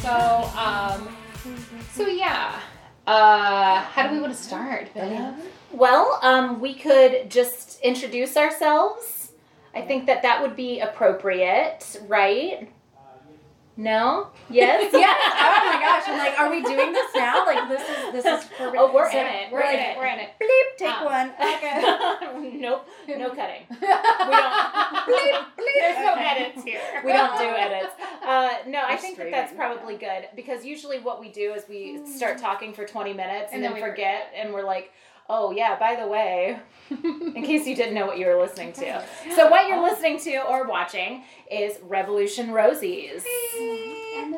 So, um, so yeah. Uh, how do we want to start, Billy? Well, um, we could just introduce ourselves. I think that that would be appropriate, right? No? Yes? Yes. Oh my gosh. I'm like, are we doing this now? Like this is this is for Oh, we're so in it. We're, we're in like- it. We're in it. Bleep, take Ah. one. Okay. nope. No cutting. we bleep, bleep. There's no Okay. edits here. We don't do edits. Uh, no, I think that that's streaming. probably good because usually what we do is we start talking for 20 minutes and, And then, then we forget, and we're like, oh, yeah, by the way, in case you didn't know what you were listening to. So, what you're listening to or watching is Revolution Rosie's. And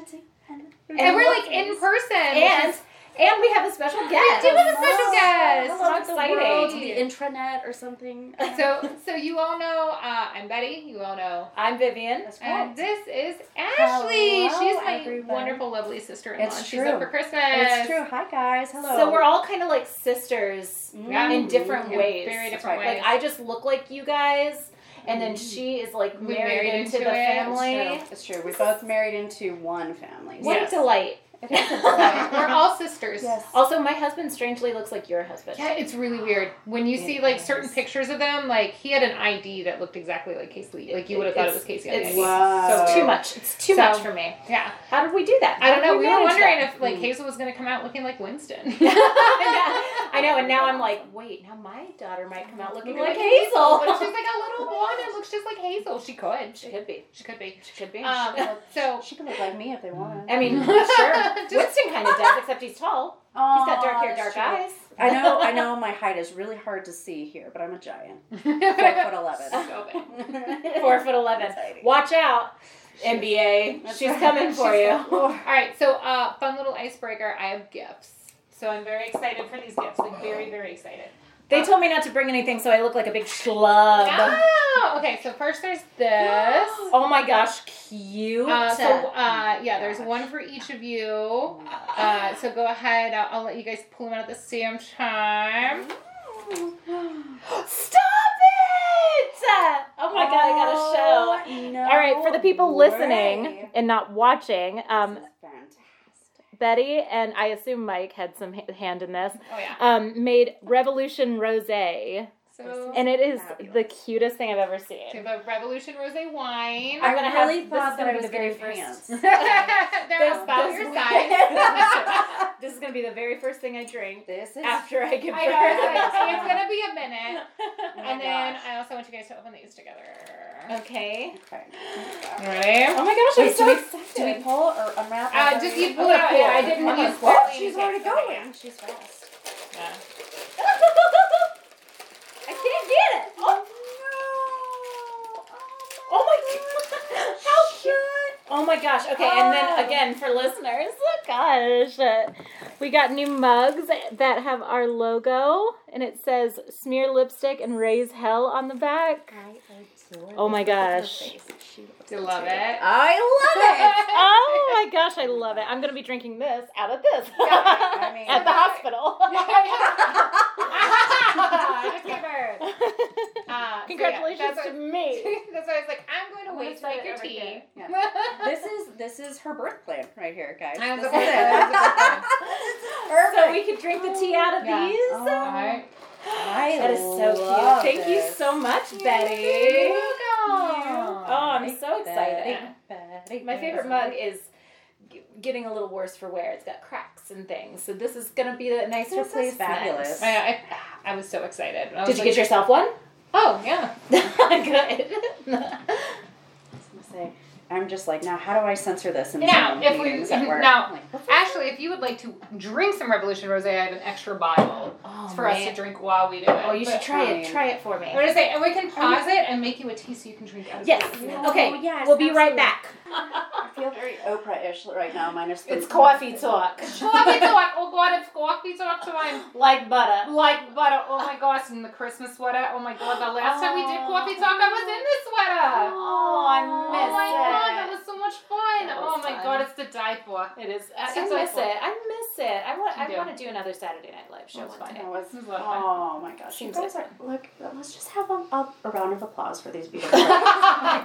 and we're like in person. And, and we have a special guest. do have a special guest. How Hello, the world, to exciting. the intranet or something. so, so you all know uh, I'm Betty. You all know. I'm Vivian. And this is Ashley. Hello, She's my everyone. wonderful, lovely sister-in-law. It's She's true. up for Christmas. Oh, it's true. Hi guys. Hello. Mm. So, we're all kind of like sisters Yeah. in different In ways. very That's different right. ways. Like I just look like you guys, and then she is like We married, married into, into the it. It's family. It's true. We both married into one family. What Yes. a delight! It is a Right. We're delight. all sisters. Yes. Also, my husband strangely looks like your husband. Yeah, it's really weird when you It see like certain is. pictures of them. Like he had an ID that looked exactly like Casey. Like you would have thought it was Casey. on the It's, ID. Wow. so too much. It's too So- much for me. Yeah, How did we do that? I don't How know. did We were manage wondering that? if like Mm. Hazel was gonna come out looking like Winston. Yeah, I know, and now I'm like, wait, now my daughter might come out looking like Hazel. but if she's like a little blonde and looks just like Hazel. She could. she She, could be. she could be. She could be. Um, so She could look like me if they want. Mm. I mean, sure. Just- Winston kind of does, except he's tall. He's got dark hair, dark eyes. I know. I know. My height is really hard to see here, but I'm a giant. Four foot eleven. So bad. Four foot eleven. Exciting. Watch out, NBA. That's She's right. coming for you. She's- All right, so uh, fun little icebreaker. I have gifts, so I'm very excited for these gifts. Like very, very excited. They told me not to bring anything, so I look like a big schlub. Oh, okay. So first, there's this. Oh my gosh, cute. Uh, so uh, yeah, there's Gosh. one for each of you. Uh, so go ahead. I'll, I'll let you guys pull them out at the same time. Mm. Stop it! Oh my god, I got a show. Oh, no All right, for the people listening way. and not watching, um, This is fantastic. Betty and I assume Mike had some ha- hand in this. Oh yeah. Um, made Revolution Rosé, So and it is the Fabulous. cutest thing I've ever we seen. have a Revolution Rosé wine. I'm I gonna have- really this is thought that gonna I be was the very gonna first. pants. They're This- about this your week. size. This is gonna be the very first thing I drink This is after I give I birth. know. It's, it's gonna be a minute. Oh my and then gosh. I also want you guys to open these together. okay. Okay. Ready? Oh my gosh, Wait, I'm so do we- excited. Do we pull or unwrap? Uh, it? Oh, just you Okay, pull it out. cool. Yeah, I didn't Okay. use Whoa, Pauline. she's Okay, already so yeah. going. She's fast. Yeah. I can't get it. Oh, oh my god. How cute. Oh my gosh. Okay, and then Oh. again for listeners, oh gosh. uh, We got new mugs that have our logo and it says smear lipstick and raise hell on the back. Oh my gosh. You love it. I love it. Oh my gosh, I love it. I'm going to be drinking this out of this I mean- at the hospital. Just give her. Uh, so yeah, Congratulations that's, to me. what, that's why I was like, I'm going to I'm wait to gonna make your try it tea. every this is this is her birth plan right here, guys. I was This a is birth it. plan, I was a birth plan. This is So perfect. we could drink the tea out of Yeah. these. Oh, Alright. I That is so love cute. Thank you this. so much, You're Betty. welcome. Oh, I'm so Betty, excited. Betty, My favorite Betty. mug is g- getting a little worse for wear. It's got cracks and things. So this is going to be a nice This is replacement. fabulous. I, know, I, I was so excited. I was Did you like, get yourself one? Oh, yeah. Good. I was gonna say, I'm just like, now how do I censor this? in Now, Zoom if we- meetings at work? now- I'm like, what's Ashley, if you would like to drink some Revolution Rosé, I have an extra bottle oh, for us to drink while we do it. Oh, you should But- try it. fine. Try it for me. I'm going to say, and we can pause it and make you a tea so you can drink out of Yes. it. Yeah. Okay. Oh, yes, we'll be right absolutely. back. I feel very Oprah-ish right now, minus the- It's coffee talk. Coffee talk. Oh, God, it's coffee talk time. like butter. Like butter. Oh my gosh, and the Christmas sweater. Oh my god, the last time we did coffee talk, I was in this sweater. Oh, Oh I miss my it. god, that was so much fun. That Oh was my fun. god, it's to die for. It is. I, It's I miss awful. it. I miss it. I want. I Yeah. want to do another Saturday Night Live show That's one fine. day. That was- This is a lot of fun. oh my gosh. You Seems guys like are, look, let's just have a, a, a round of applause for these beautiful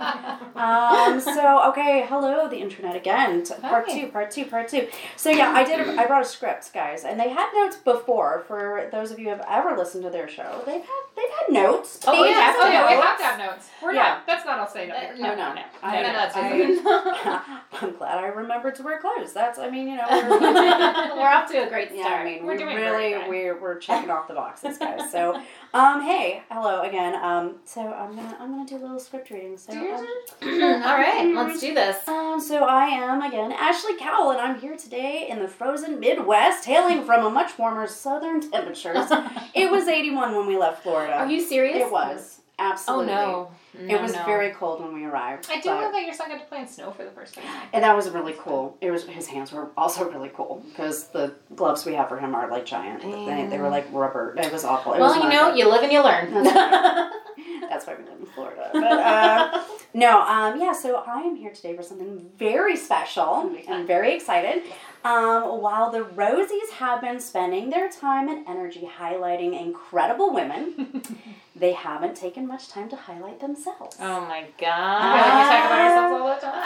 um, so okay, hello the internet again. T- Part Hi. two, part two, part two. So yeah, I did. I brought a script, guys, and they had notes before. For those of you who have ever listened to their show, they've had they've had notes. Oh, They yeah. have Oh yeah, we notes. have to have notes. We're Yeah. not. That's not all say Uh, no. no, Oh, no, no. I, No, no, that's I'm glad I remembered to wear clothes. That's I mean you know. We're, We're off to a great start. Yeah, I mean, We're we doing really great. we're we're checking off the boxes, guys. So, um, hey, hello again. Um, so I'm gonna I'm gonna do a little script reading. So, Do yours um, All right, let's do this. Um, so I am again Ashley Cowell, and I'm here today in the frozen Midwest, hailing from a much warmer southern temperatures. it was 81 when we left Florida. Are you serious? It was Oh absolutely. no. No, It was no. very cold when we arrived. I do but- love that your son got to play in snow for the first time. and that was really cool. It was his hands were also really cool because the gloves we have for him are like giant. They, they were like rubber. It was awful. It was Well, you not know, good. you live and you learn. That's That's why we live in Florida. But uh, no, um, yeah. So I am here today for something very special. I'm very excited. Um, while the Rosies have been spending their time and energy highlighting incredible women, they haven't taken much time to highlight themselves. oh my I feel like we god. talk about ourselves all the time.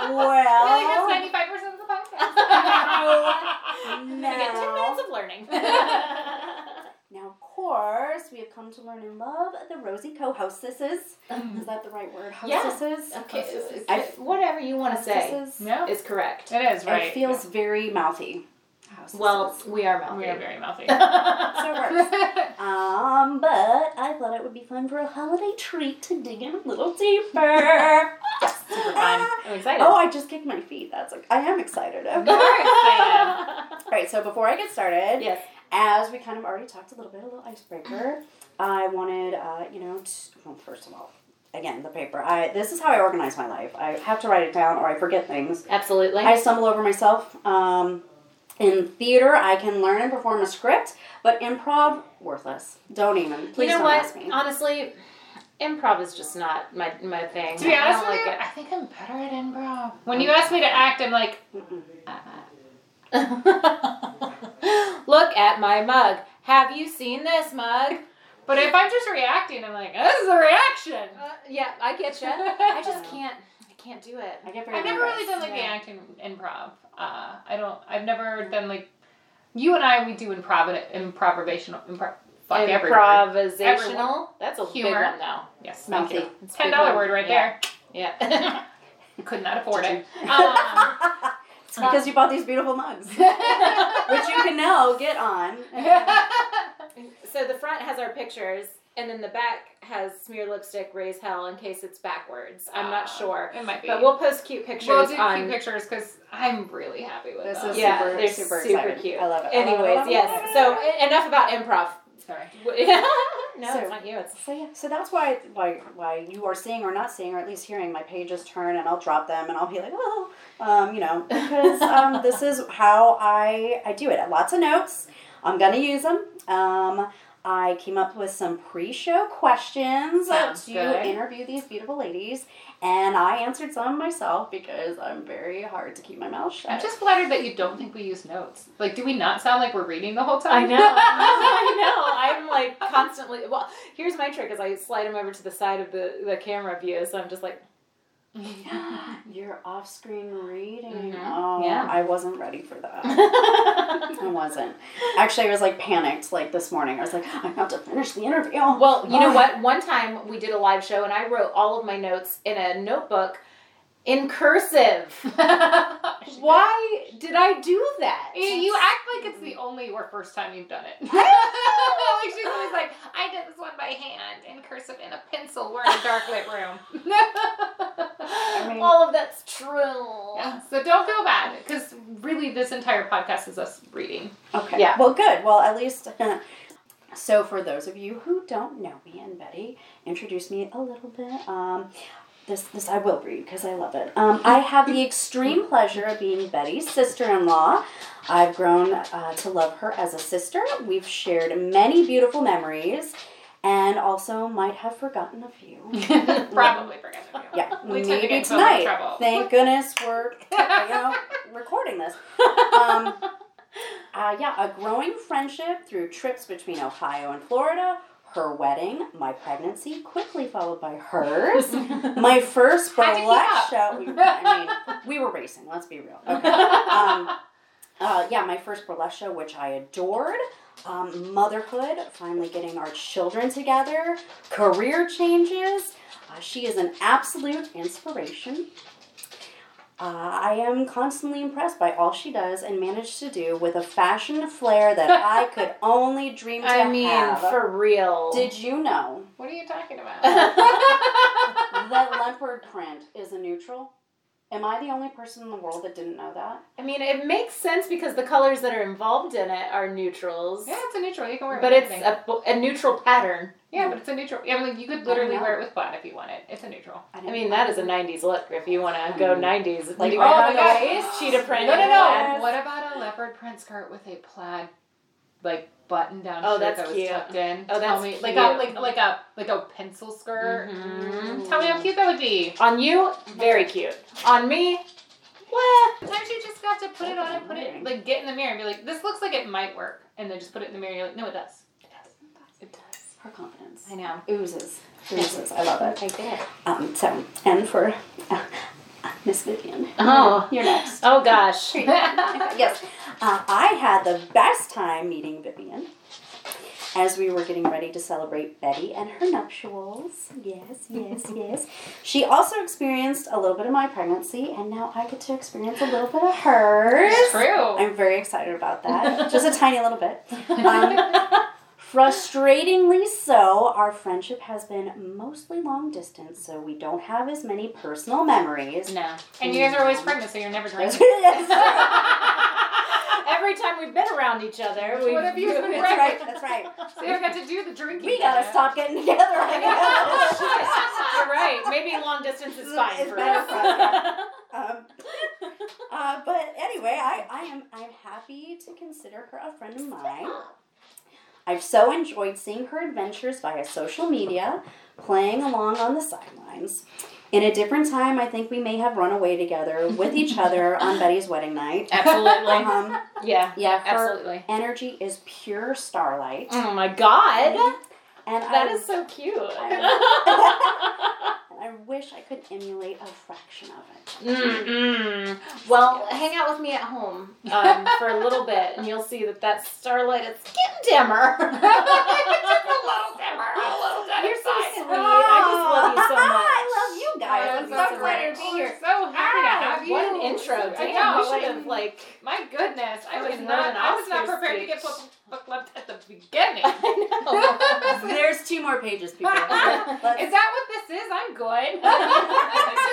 I feel Well, like that's 95% of the podcast. We get ten now, minutes of learning. now, of course, we have come to learn and love the Rosie co-hostesses. Is that the right word? Um, Yeah. Hostesses. okay, Hostesses. I- whatever you want to say Hostesses. no, is correct. it is, right? It feels very mouthy. Well, we are Yeah. mouthy. we are very mouthy. so it works. Um, but I thought it would be fun for a holiday treat to dig in a little deeper. yes, Super fun. I'm excited. Oh, I just kicked my feet. That's like I am excited. Okay. All excited. right. So before I get started, yes. as we kind of already talked a little bit, a little icebreaker. I wanted, uh, you know, to, well, first of all, again, the paper. I this is how I organize my life. I have to write it down, or I forget things. Absolutely. I stumble over myself. Um, in theater, I can learn and perform a script, but improv, worthless. Don't even. Please you know don't what? Um, ask me. Honestly, improv is just not my my thing. to be I honest don't with you, like I think I'm better at improv. When you ask me to act, I'm like, Mm-mm. it. Look at my mug. Have you seen this mug? but if I'm just reacting, I'm like, this is a reaction. Uh, yeah, I get you. I just can't. I can't do it. I get very I've never really nervous. done like the Yeah. acting improv. Uh, I don't. I've never done like. You and I, we do improv, improvisational, improv. Fuck every word. Improvisational. Everyone. That's a big Humor. one now. Yes, thank Mouthy. you. It's Ten big dollar one. word right Yeah. Yeah. there. Could not afford it. Um, It's because you bought these beautiful mugs, which you can now get on. so the front has our pictures, and then the back has smear lipstick, raise hell in case it's backwards. I'm Uh, not sure, It might be. but we'll post cute pictures We'll do on. cute pictures because I'm really happy with This them. is Yeah, super, they're super, super excited. cute. I love it. I love Anyways, it. yes. So e- enough about improv. Sorry. no, So- it's not you. It's So yeah, so that's why why why you are seeing or not seeing or at least hearing my pages turn and I'll drop them and I'll be like, oh, um, you know, because um, this is how I I do it. Lots of notes. I'm gonna use them. Um, I came up with some pre-show questions Sounds to good. interview these beautiful ladies, and I answered some myself because I'm very hard to keep my mouth shut. I'm just flattered that you don't think we use notes. Like, do we not sound like we're reading the whole I time? know. I know. I'm like constantly. Well, here's my trick: is I slide them over to the side of the the camera view, so I'm just like, You're off-screen reading. Mhm. Oh, Yeah. I wasn't ready for that. I well, wasn't. Actually, I was like panicked like this morning. I was like, I have to finish the interview. Oh, you know what? One time we did a live show, and I wrote all of my notes in a notebook in cursive. Why did I do that? You, Eh, you act like it's the only or first time you've done it. like she's always like, I did this one by hand in cursive in a pencil. We're in a dark lit room. mean- all of that's true. Yeah, so don't feel bad because really this entire podcast is us reading. Okay. Yeah. Well, good. Well, at least. so, for those of you who don't know me and Betty, introduce me a little bit. Um, this, this I will read because I love it. Um, I have the extreme pleasure of being Betty's sister-in-law. I've grown uh, to love her as a sister. We've shared many beautiful memories, and also might have forgotten a few. Probably forgot to do it. Yeah, We tend to maybe get in so much tonight. trouble. Thank goodness we're you know recording this. Um, uh, yeah, a growing friendship through trips between Ohio and Florida, her wedding, my pregnancy, quickly followed by hers, my first How'd you keep burlesque up? show. We, I mean, we were racing. Let's be real. Okay. Um, uh, yeah, my first burlesque show, which I adored. Um, motherhood, finally getting our children together, career changes. Uh, she is an absolute inspiration. Uh, I am constantly impressed by all she does and managed to do with a fashion flair that I could only dream to I mean, have. for real. Did you know what are you talking about? that leopard print is a neutral? Am I the only person in the world that didn't know that? I mean, it makes sense because the colors that are involved in it are neutrals. Yeah, it's a neutral. You can wear it. But with it's anything. a, a neutral pattern. yeah, but it's a neutral. I mean, you could literally know. wear it with plaid if you want it. It's a neutral. I mean, that is a 90s look if you want to go Hmm. Mm. 90s. Like, right Like, around on the the waist, waist. cheetah print. No, no, and no. plaid. What about a leopard print skirt with a plaid, like button down Oh, shirt that's that was cute. tucked in? Oh, Tell that's me, like cute. a like like a like a pencil skirt. Mhm. Tell me how cute that would be. On you, very cute. On me, what? Sometimes you just have to put it on and put it like get in the mirror and be like, this looks like it might work, and then just put it in the mirror. And you're like, no, it does. It does. Her confidence. I know. Oozes. Oozes. I love it. I did. Um, so, and for uh, Miss Vivian. Oh. You're next. Oh gosh. yes. Uh, I had the best time meeting Vivian as we were getting ready to celebrate Betty and her nuptials. Yes, yes, yes. She also experienced a little bit of my pregnancy, and now I get to experience a little bit of hers. It's true. I'm very excited about that. Just a tiny little bit. Um, frustratingly so, our friendship has been mostly long distance, so we don't have as many personal memories. No. And you guys are always pregnant, so you're never Yes. drinking. Every time we've been around each other, we've What have you been that's right, that's right. so you got to do the drinking. We gotta stop getting together. Oh, shit. You're right. Maybe long distance is fine It's for better us. for us, um, uh, but anyway, I, I am I'm happy to consider her a friend of mine. I've so enjoyed seeing her adventures via social media, playing along on the sidelines. In a different time, I think we may have run away together with each other on Betty's wedding night. Absolutely. Um, Yeah. yeah, her Absolutely. energy is pure starlight. Oh my god. And That I, is so cute. I wish I could emulate a fraction of it. Mm-mm. Well, hang out with me at home um, for a little bit, and you'll see that that starlight is getting dimmer. You're so sweet. Ah. I just love you so much. Ah, I love you guys. I'm I'm so so excited glad to you're be here. here. So happy to have you. What an intro! I Damn, know, we should have like- like. My goodness, I I was would've not. known an I was not Oscar prepared to get speech. book, booklubbed at the beginning. I There's two more pages, people. Is that what this is? I'm good. it's a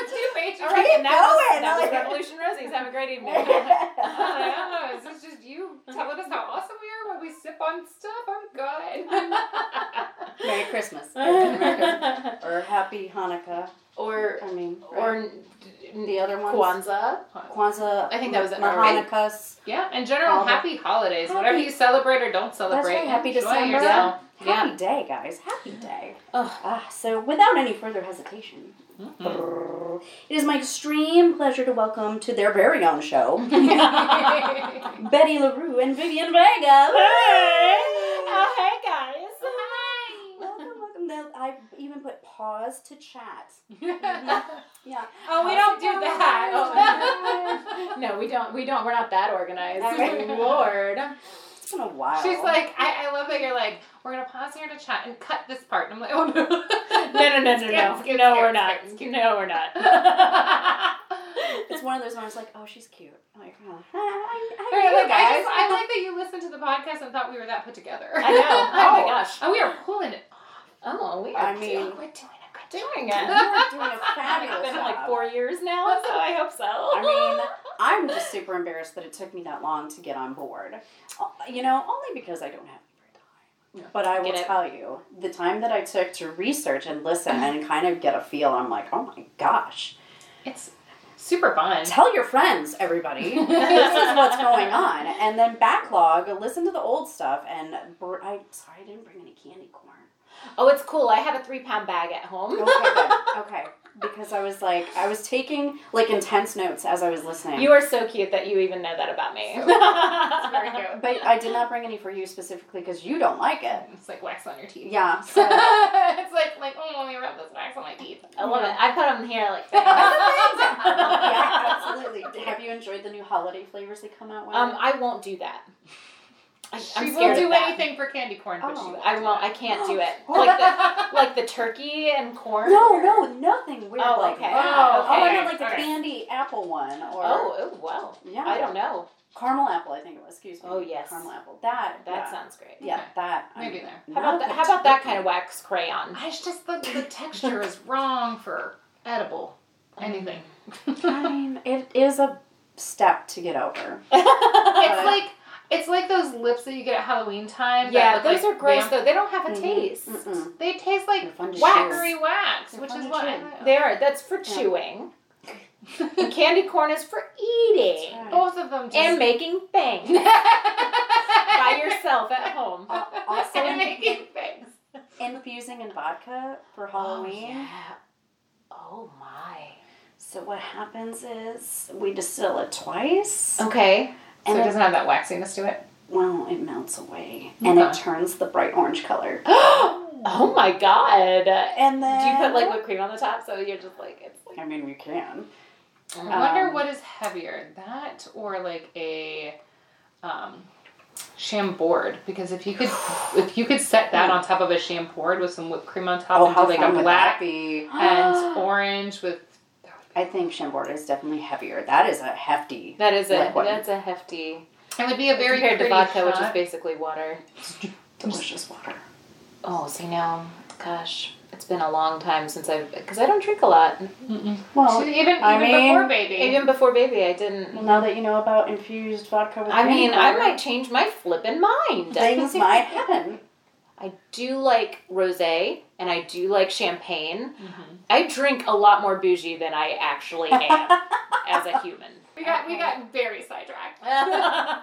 two page. All All right, right. and that was, going. that was Like- Revolution Rosie's. Have a great evening. I don't know. Is this just you telling us how awesome we are when we sip on stuff? I'm good. Merry Christmas. or Happy Hanukkah. or I mean, or n- the other ones. Kwanzaa. Kwanzaa. I think that was it, Ma- right? Hanukkahs. yeah. In general, All the- happy holidays. Whatever Happy- you celebrate or don't celebrate. right, happy enjoy December. yourself. Happy day, guys. Happy day. Ugh. Ah, so without any further hesitation, it is my extreme pleasure to welcome to their very own show, Yeah. Betty LaRue and Vivian Vega. Oh, hey guys. Welcome, welcome. Now, I even put pause to chat. Yeah. Oh, we don't do that. Oh. No, we don't. We don't. We're not that organized. All right. Lord. It's been a while. She's like, I, I love that you're like, we're gonna pause here to chat and cut this part. And I'm like, oh no. No, no, no, no, Skip, no. skip, No, skip, we're not. skip, skip. No, we're not. it's one of those ones like, oh, she's cute. I'm like, oh, hi, I, I, Right, know, like, I, guys. just, I like that you listened to the podcast and thought we were that put together. I know. Oh my gosh. And we are pulling it. Oh, we I are mean- doing, We're doing a good job. doing You it. are doing a It's fabulous been job. like four years now, so I hope so. I mean, I'm just super embarrassed that it took me that long to get on board. Uh, You know, only because I don't have free time. But I will Get it. tell you, the time that I took to research and listen and kind of get a feel, I'm like, oh my gosh. It's super fun. Tell your friends, everybody, this is what's going on. And then backlog, listen to the old stuff, and br- I sorry I didn't bring any candy corn. Oh, it's cool. I had a three pound bag at home. Okay, good. Okay. Because I was like, I was taking like intense notes as I was listening. You are so cute that you even know that about me. That's very cute. But I did not bring any for you specifically because you don't like it. It's like wax on your teeth. Yeah. So it's like like oh let me rub this wax on my teeth. I love it. I put them here like. yeah, absolutely. Have you enjoyed the new holiday flavors that come out? with Um, it? I won't do that. I, She I'm will scared do of that. anything for candy corn, but Oh. she I won't. I can't do it. Like the, like the turkey and corn. no, no, nothing weird Oh, like okay. that. Oh, Oh, I okay. meant like the Okay. candy apple one or Oh, oh wow. yeah, I don't know. caramel apple. I think it was. Excuse me. Oh, yes. caramel apple. That That yeah. sounds great. yeah, okay. that I'm maybe there. How about not that? How about that kind of wax crayon? I just the the texture is wrong for edible Mm. anything. it's I'm- it is a step to get over. But- like it's like those lips that you get at Halloween time. that yeah, look those like are gross vamp- though. They don't have a Mhm. taste. Mm-mm. They taste They're like fun to waxery chew. wax, They're which fun is to what I chew. don't know. They are. That's for chewing. And candy corn is for eating That's right. both of them. Just and making things by yourself at home. Al- Uh, Also, and in- making things. infusing in vodka for Halloween. Oh, yeah. Oh my. So what happens is we distill it Oh, twice. Okay. So And it it- doesn't have that waxiness to it. well, it melts away and it Okay. turns the bright orange color. Oh my god. And then Do you put like whipped cream on the top so you're just like it's like I mean, we can. I wonder Um, what is heavier, that or like a um, chambord? Because if you could, if you could set that on top of a chambord with some whipped cream on top, Oh, and how do like like fun a would that black be? and orange with. I think Chambord is definitely heavier. That is a hefty. that is a Like what? that's a hefty It would be a very compared to pretty vodka, which is shot. basically water. Delicious water. Oh, see now, gosh, it's been a long time since I've because I don't drink a lot. Well, even even Oh, I mean, before baby. Even before baby, I didn't. now that you know about infused vodka with I mean, I vinegar, might change my flippin' mind. Things might happen. I do like rosé and I do like champagne. I drink a lot more bougie than I actually am as a human. we got we got very sidetracked. that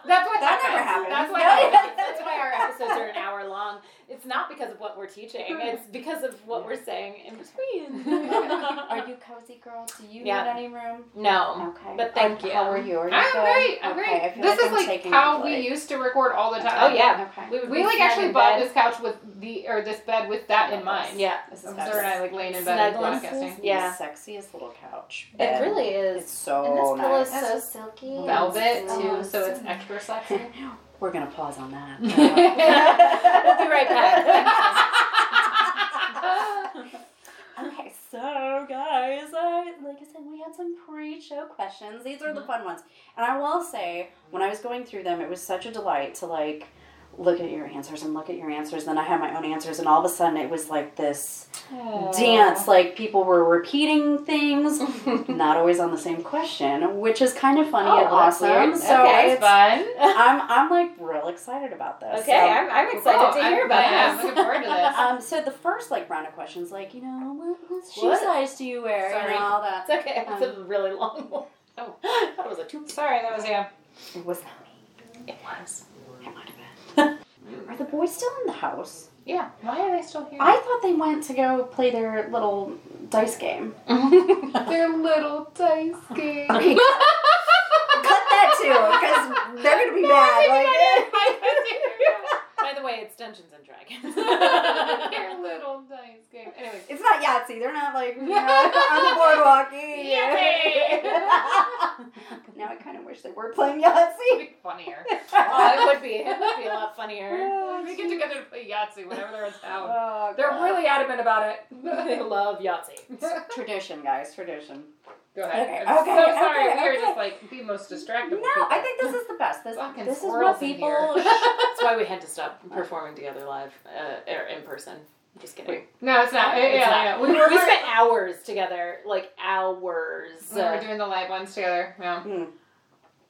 That's what That never happens. happens. That's what No. happens. That's why our episodes are an hour long. It's not because of what we're teaching, it's because of what we're saying in between. Are you cozy, girl? Do you Yeah. need any room? Mm. no. Okay. But thank Are- you. How are you? Are you I'm good? great. I'm Okay, I great. feel This like is I'm like taking how a we flight. used to record all the time. Oh, yeah. Okay. would We be like snug actually in bought bed. this couch with the or this bed with that in mind. Yeah. This I'm is sorry, I like laying in bed and Snuggling. podcasting. Yeah. the sexiest little couch. It bed. really It's is. so and this pillow is nice. so silky. and Velvet so- too, so it's extra sexy. We're gonna pause on that. We'll be right back. Okay, so guys, I, like I said, we had some pre-show questions. These are Mm-hmm. the fun ones, and I will say, when I was going through them, it was such a delight to like look at your answers and look at your answers. Then I had my own answers, and all of a sudden, it was like this Oh, Oh, Oh. dance. Like people were repeating things, not always on the same question, which is kind of funny Oh, and that's awesome. weird. So Okay. It's it's, fun. I'm I'm like real excited about this. Okay, so- I'm, I'm excited Cool. to hear I'm- about yeah, I'm this. looking forward to this. Um, so the first like round of questions, like you know, what, what shoe What? size do you wear Sorry. and all that. It's okay. It's a really long one. Oh, that was a two. Sorry, that was yeah. It was not me. It was. It might have been. Are the boys still in the house? Yeah. Why are they still here? I thought they went to go play their little dice game. They're little dice game. Okay. Cut that too, because they're gonna be mad. Like, eh. By the way, it's Dungeons and Dragons. They're little dice game. Anyways. it's not Yahtzee. They're not like you know, on the boardwalk. Yippee. now I kind of wish they were playing Yahtzee. It'd be funnier. oh, it would be. It would be a lot funnier. we get together to play Yahtzee whenever they're in town. Oh, They're God. really adamant about it. I love Yahtzee. tradition, guys. Tradition. Go ahead. Okay, I'm okay, so sorry. okay, we were okay. just like the most distractible. No, people. I think this is the best. This, Fucking this is squirrels what in people. here. That's why we had to stop performing together live uh, or in person. Just kidding. No, it's not. Yeah, It's yeah, not. yeah. We, We were, spent hours together, like hours. uh, we were doing the live ones together. Yeah. Mm.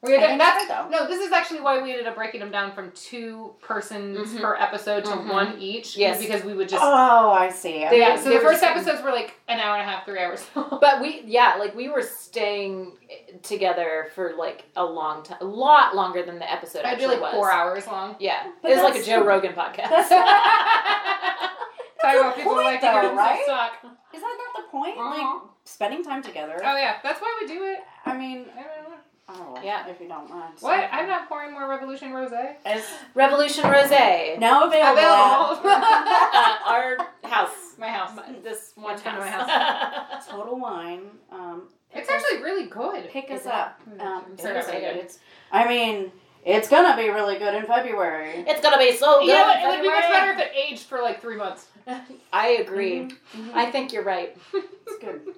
We had I to- think that's, so, though. no, this is actually why we ended up breaking them down from two persons Mhm. per episode to Mhm. one each. Yes. Because we would just. Oh, I see. Okay. yeah, so they the were first just- episodes were like an hour and a half, three hours. But we, yeah, like we were staying together for like a long time, a lot longer than the episode I'd be actually like was. four hours long. Yeah, But it was like a that's- Joe Rogan podcast. that's- Talking a about people point, liking though, arms right? that suck. Is that not the point? Like Uh-huh. spending time together. Oh yeah, that's why we do it. I mean, I don't know. oh, Yeah. If you don't mind. What? I'm not pouring more Revolution Rosé. It's Revolution Rosé. now available. Available. uh, our house. My house. This one It's been house. my at Total Wine. Um, It's actually really good. pick us Is it? up. Hmm, Um, I'm it sorry, is I really did. good. It's. I mean, it's gonna be really good in February. it's gonna be so good. Yeah, but it would be much February. better if it aged for like three months. I agree. Mhm, I think you're right. It's good.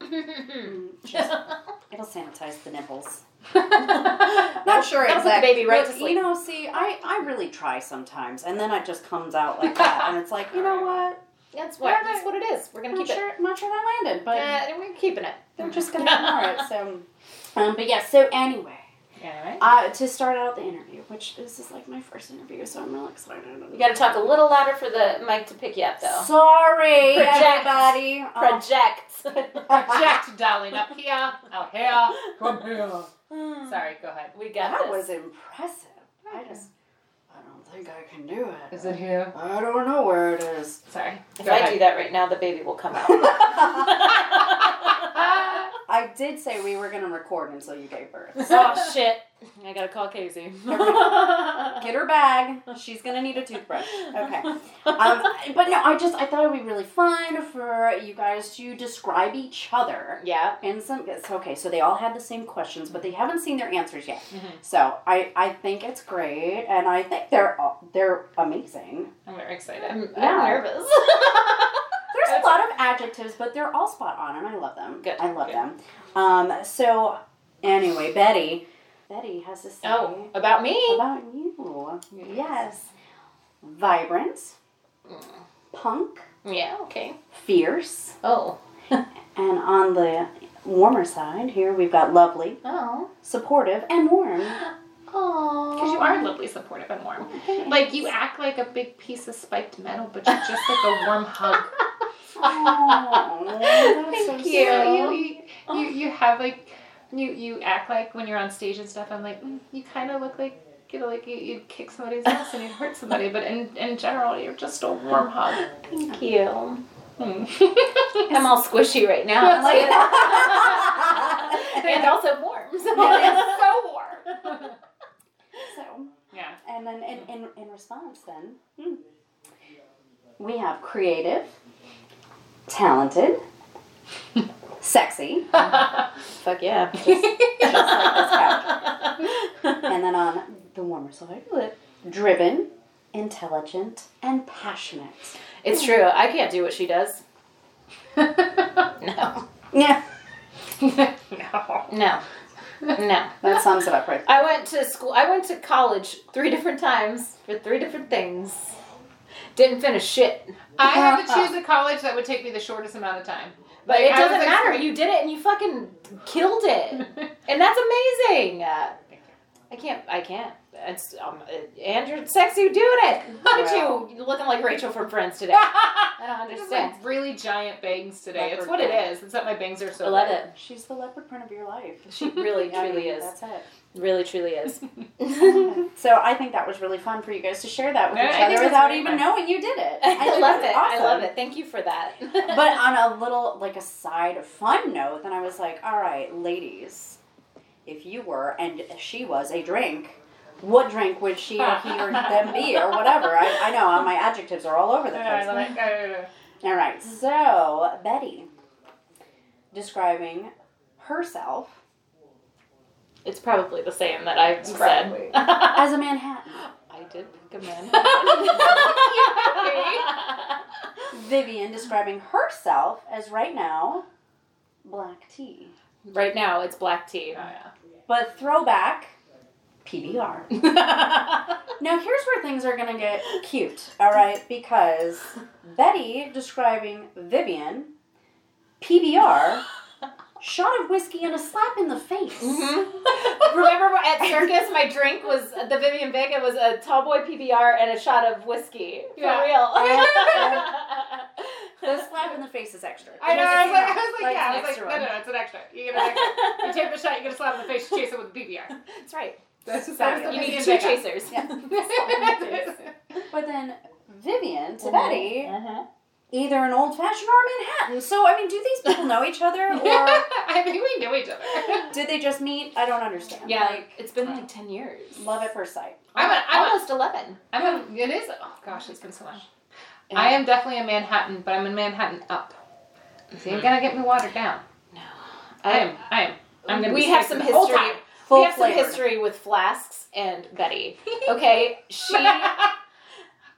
Mm, just- Gotta it'll sanitize the nipples. That's Not sure put the exactly. baby right but, to You sleep. know, see, I, I really try sometimes, and then it just comes out like that, and it's like, you know what? That's what. That's what it is. We're I'm gonna not keep it. sure, I'm not sure that landed, but Yeah, and we're keeping it. they're just gonna ignore it. So, um, but yeah. So anyway, anyway. uh, to start out the interview, which this is like my first interview, so I'm real excited. You gotta talk a little louder for the mic to pick you up, though. Sorry, Project. everybody. Oh, Um, Project. Project, darling, up here, out here, come here. Sorry, go ahead. We got that was this. impressive. I just, I don't think I can do it. Is it here? I don't know where it is. Sorry. if Go I ahead. do that right now, the baby will come out. Ah, I did say we were gonna record until you gave birth. So oh shit! I gotta call Casey. get her bag. She's gonna need a toothbrush. Okay. Um, but no, I just I thought it'd be really fun for you guys to describe each other. yeah. And some it's okay, so they all had the same questions, but they haven't seen their answers yet. Mm-hmm. Mhm. So I, I think it's great, and I think they're all, they're amazing. I'm very excited. I'm, Yeah. I'm nervous. There's a lot of adjectives, but they're all spot on, and I love them. Good, I love good. them. Um, so anyway, Betty, Betty has to say oh, about me? about you. Yes, vibrant, punk, Yeah. Okay. fierce, Oh. and on the warmer side here we've got lovely, Oh. supportive, and warm. Oh. Because you are lovely, supportive, and warm. Like, you act like a big piece of spiked metal, but you're just like a warm hug. Oh, that's so Thank you. You, sweet. you, you. you have like, you you act like when you're on stage and stuff. I'm like, mm, you kind of look like you know, like you you kick somebody's ass and you hurt somebody, but in in general, you're just a warm hug. Thank you. Hmm. I'm all squishy right now. That's Like- it. and also warm. so- Yes. so warm. So, Yeah. and then in, in, in response, then hmm, we have creative, talented, sexy, Fuck yeah. just like this couch. And then on the warmer side, driven, intelligent, and passionate. it's true. I can't do what she does. No. Yeah, no. No. No. that sums it up right. I went to school. I went to college three different times for three different things. Didn't finish shit. I had to choose a college that would take me the shortest amount of time. But Like, it I was doesn't like- matter. You did it and you fucking killed it. And that's amazing. Uh, I can't. I can't. It's um, uh, Andrew, sexy doing it. Look at Wow. you looking like Rachel from Friends today. I I don't just understand. like really giant bangs today. It's Leopard what it print. is. It's that my bangs are so. I love big. it. She's the leopard print of your life. She really, I mean, truly is. That's it. Really, truly is. So I think that was really fun for you guys to share that with No, I each think other that's without really even fun. knowing you did it. I think love that's it. I love awesome. it. Thank you for that. But on a little like a side fun note, then I was like, all right, ladies, if you were and she was a drink, what drink would she or he or them be or whatever? I, I know my adjectives are all over the Yeah, I place. like- I- All right, Mm-hmm. so Betty describing herself it's probably the same that I probably- said. I as a Manhattan, did pick a man. Vivian describing herself as right now black tea. right now, it's black tea. Oh, yeah. But throwback PBR. Now here's where things are gonna get cute, all right? Because Betty describing Vivian, PBR, shot of whiskey and a slap in the face. Mm-hmm. Remember when- at circus, my drink was the Vivian Big. It was a Tallboy PBR and a shot of whiskey. For Yeah. The real. slap in the face is extra. I know. I was like, I was like, Like, yeah. I was like, it's an extra no, no, one. no, it's an extra. You get an extra. You take the shot. You get a slap in the face. You chase it with a BBR. That's right. That's Fabulous. You Vivian need two chasers. Yeah. But then Vivian Mm-hmm. to Betty, Uh-huh. either an old fashioned or a Manhattan. So I mean, do these people know each other, or I think we know each other. did they just meet? I don't understand. Yeah, Like, it's been like ten years. love at first sight. I'm a, I'm a, almost eleven. I'm a, it is, oh gosh, it's been so long. I am definitely a Manhattan, but I'm a Manhattan up. So Mm-hmm. you're gonna get me watered down. I am, I am. I'm gonna be we have some spicy the history. whole time. We Full have some flavored. history with flasks and Betty. Okay, she. Uh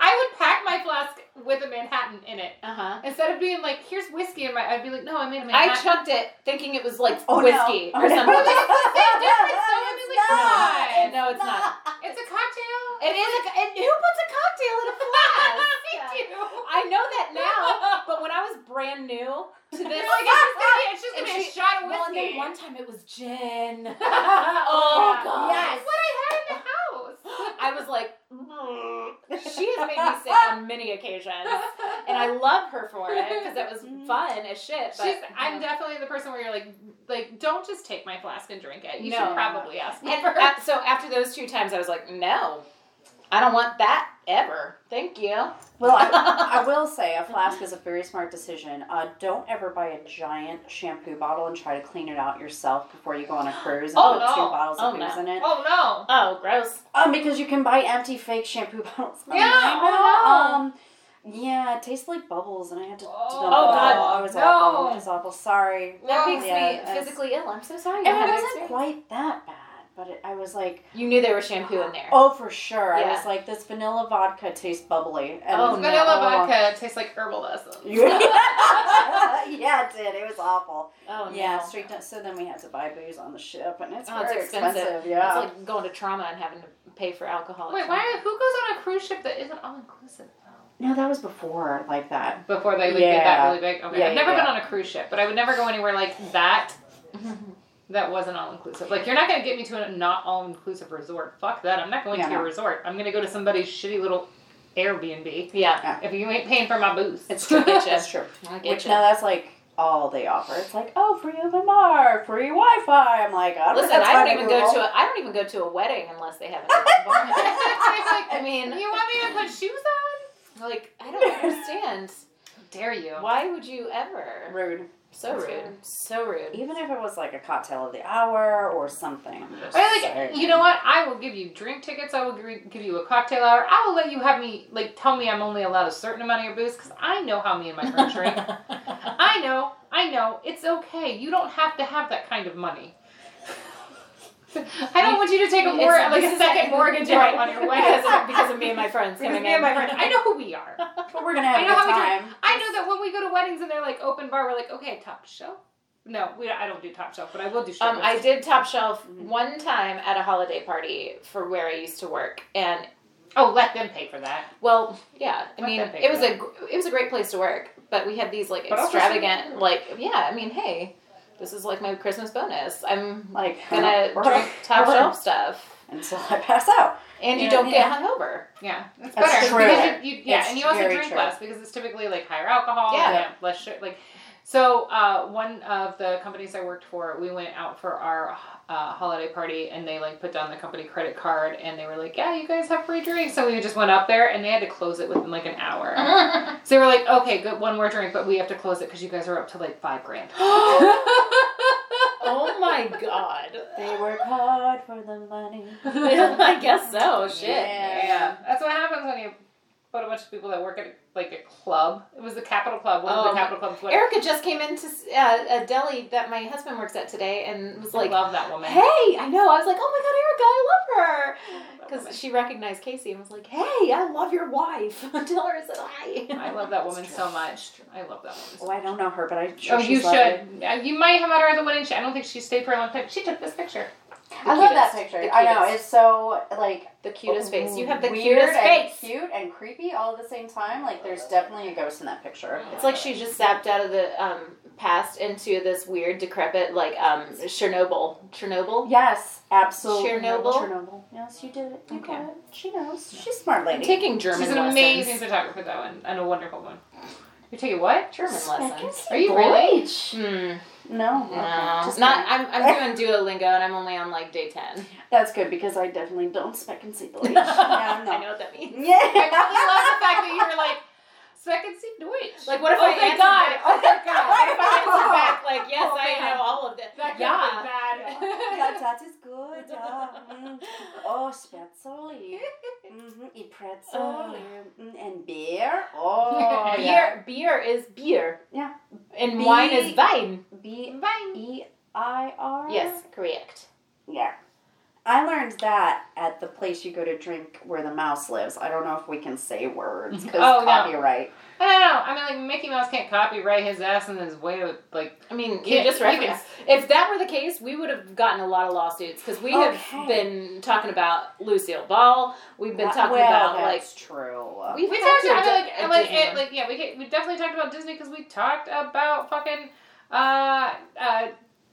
I would pack my flask with a Manhattan in it. huh. Instead of being like, here's whiskey in my, I'd be like, no, I made a Manhattan. I chugged it thinking it was like Oh, no. whiskey Oh, or no. something. It's like, No, "Guys." no, it's not. It's a cocktail. It is. A, and who puts a cocktail in a flask? Thank you. I know that now, but when I was brand new to this, They're like, it's just gonna be, it's just And gonna be a she- shot of well, and whiskey. then one time it was gin. oh, Oh, God. That's what I had in the house. I was like, she has made me sick on many occasions, and I love her for it because it was fun as shit. But She's, I'm definitely the person where you're like, like, don't just take my flask and drink it. You No. should probably ask me And first. a- so after those two times, I was like, no, I don't want that ever. Thank you. Well, I, I will say a flask is a very smart decision. Uh, don't ever buy a giant shampoo bottle and try to clean it out yourself before you go on a cruise and Oh, put no. two bottles Oh, of booze no. in it. oh no. Oh, gross. Um, because you can buy empty fake shampoo bottles. Yeah, oh, Um, yeah, it tastes like bubbles, and I had to. to dump Oh, it all. God, I was no. awful. It was awful. Sorry. That Whoa. makes Yeah, me it's- physically ill. I'm so sorry. And I had it that wasn't experience. quite that bad, but it, I was like, You knew there was shampoo in there. oh, for sure. I Yeah. was like, this vanilla vodka tastes bubbly. And Oh, Vanilla no. vodka tastes like herbal essence. yeah, it did. It was awful. Oh, no. yeah, straight down. So then we had to buy booze on the ship, and it's Oh, it's very expensive. expensive. Yeah. It's like going to trauma and having to pay for alcohol. at Wait, trauma. why? Who goes on a cruise ship that isn't all inclusive? no, that was before like that. Before they would get that Yeah. really big. Okay, Yeah, I've never yeah, been yeah. on a cruise ship, but I would never go anywhere like that. That wasn't all inclusive. Like you're not gonna get me to a not all inclusive resort. Fuck that. I'm not going Yeah, to no. a resort. I'm gonna go to somebody's shitty little Airbnb. Yeah. If you ain't paying for my booze, It's true. It's true. I get Which you. now that's like all they offer. It's like, oh, free open bar, free Wi Fi. I'm like, I don't Listen, think that's I don't my even go to Google. a I don't even go to a wedding unless they have an open bar. It's like, I mean, you want me to put shoes on? like I don't understand. How dare you? Why would you ever? Rude. So rude. So rude. Even if it was like a cocktail of the hour or something. I like, you know what? I will give you drink tickets. I will gri- give you a cocktail hour. I will let you have me, like, tell me I'm only allowed a certain amount of your booze because I know how me and my friends drink. I know, I know. It's okay. You don't have to have that kind of money. I don't want you to take a mor- It's- like this a is- second mortgage out on your because wedding. of, because of me and my friends Because coming me in. and my friends, I know who we are. But we're gonna have I a know good how we time. I know that when we go to weddings and they're like open bar, we're like, okay, top shelf. No, we I don't do top shelf, but I will do. Shelf Um, I did top shelf one time at a holiday party for where I used to work, and oh, let them pay for that. Well, yeah. I Not mean, that big, it was a gr- it was a great place to work, but we had these like But also extravagant like yeah. I mean, hey, this is like my Christmas bonus. I'm Like gonna we're- drink top we're- shelf stuff, until I pass out. and you Yeah, don't yeah. get hungover. Yeah, it's That's better true. because you, you- yeah, It's and you also very drink true. less because it's typically like higher alcohol. Yeah. and less sugar. Like, so uh, one of the companies I worked for, we went out for our uh, holiday party, and they like put down the company credit card, and they were like, "Yeah, you guys have free drinks." So we just went up there, and they had to close it within like an hour. so they were like, "Okay, good, one more drink, but we have to close it because you guys are up to like five grand." Oh my god! They work hard for the money. I guess so. Yeah. Yeah, that's what happens when you put a bunch of people that work at like a club. It was the Capital Club. One Oh, of the Capital Clubs. What Erica just came into s- uh, a deli that my husband works at today, and was like, I love that woman. "Hey, I know." I was like, "Oh my god, Erica, I love her." That woman. Because she recognized Casey and was like, "Hey, I love your wife." Tell her I said hi. I love that woman so much. I love that woman. so Oh, I don't know her, but I sure Oh, you she's should. lovely. Uh, You might have met her at the wedding. She, I don't think she stayed for a long time. She took this picture. I love that cutest, picture. the I know cutest. it's so like The cutest face. You have the weird cutest and face. cute and creepy all at the same time. Like there's definitely a ghost in that picture. It's like she just zapped out of the um, past into this weird, decrepit, like um, Chernobyl. Chernobyl. Yes, absolutely. Chernobyl? Chernobyl. Yes, you did it. You Okay. got it. She knows. She's a smart I'm lady. taking German She's an lessons. amazing photographer though, and, and a wonderful one. You take a what? German lessons. Are you really? Bleach. Hmm. No. okay, No, just not. kidding. I'm, I'm doing Duolingo, and I'm only on like day ten. That's good because I definitely don't speck and see bleach. yeah, I no. know what that means. I really Yeah. love the fact that you were like, so I can see Deutsch. Like, what if oh, I thank answer God. back? Oh, thank What God. if I answer back like, yes, Oh, I man. know all of this? That could yeah. have been bad. Yeah, that is good. Yeah. Mm. Oh, spatzoli. Mm-hmm. I pretzoli. Mm, and beer. Oh, beer, yeah. beer is beer. Yeah. And Be- Uh-huh. wine is wine. B Bye. E I R. Yes, correct. Yeah. I learned that at the place you go to drink where the mouse lives. I don't know if we can say words because Oh, no. copyright. I don't know. I mean, like Mickey Mouse can't copyright his ass and his way of like. I mean, Yeah, you just you referenced. If that were the case, we would have gotten a lot of lawsuits because we Okay. have been talking about Lucille Ball. We've been Well, talking well, about like that's true. we've We had talked to about like, a like, Disney it, like yeah, we ca- we definitely talked about Disney because we talked about fucking uh uh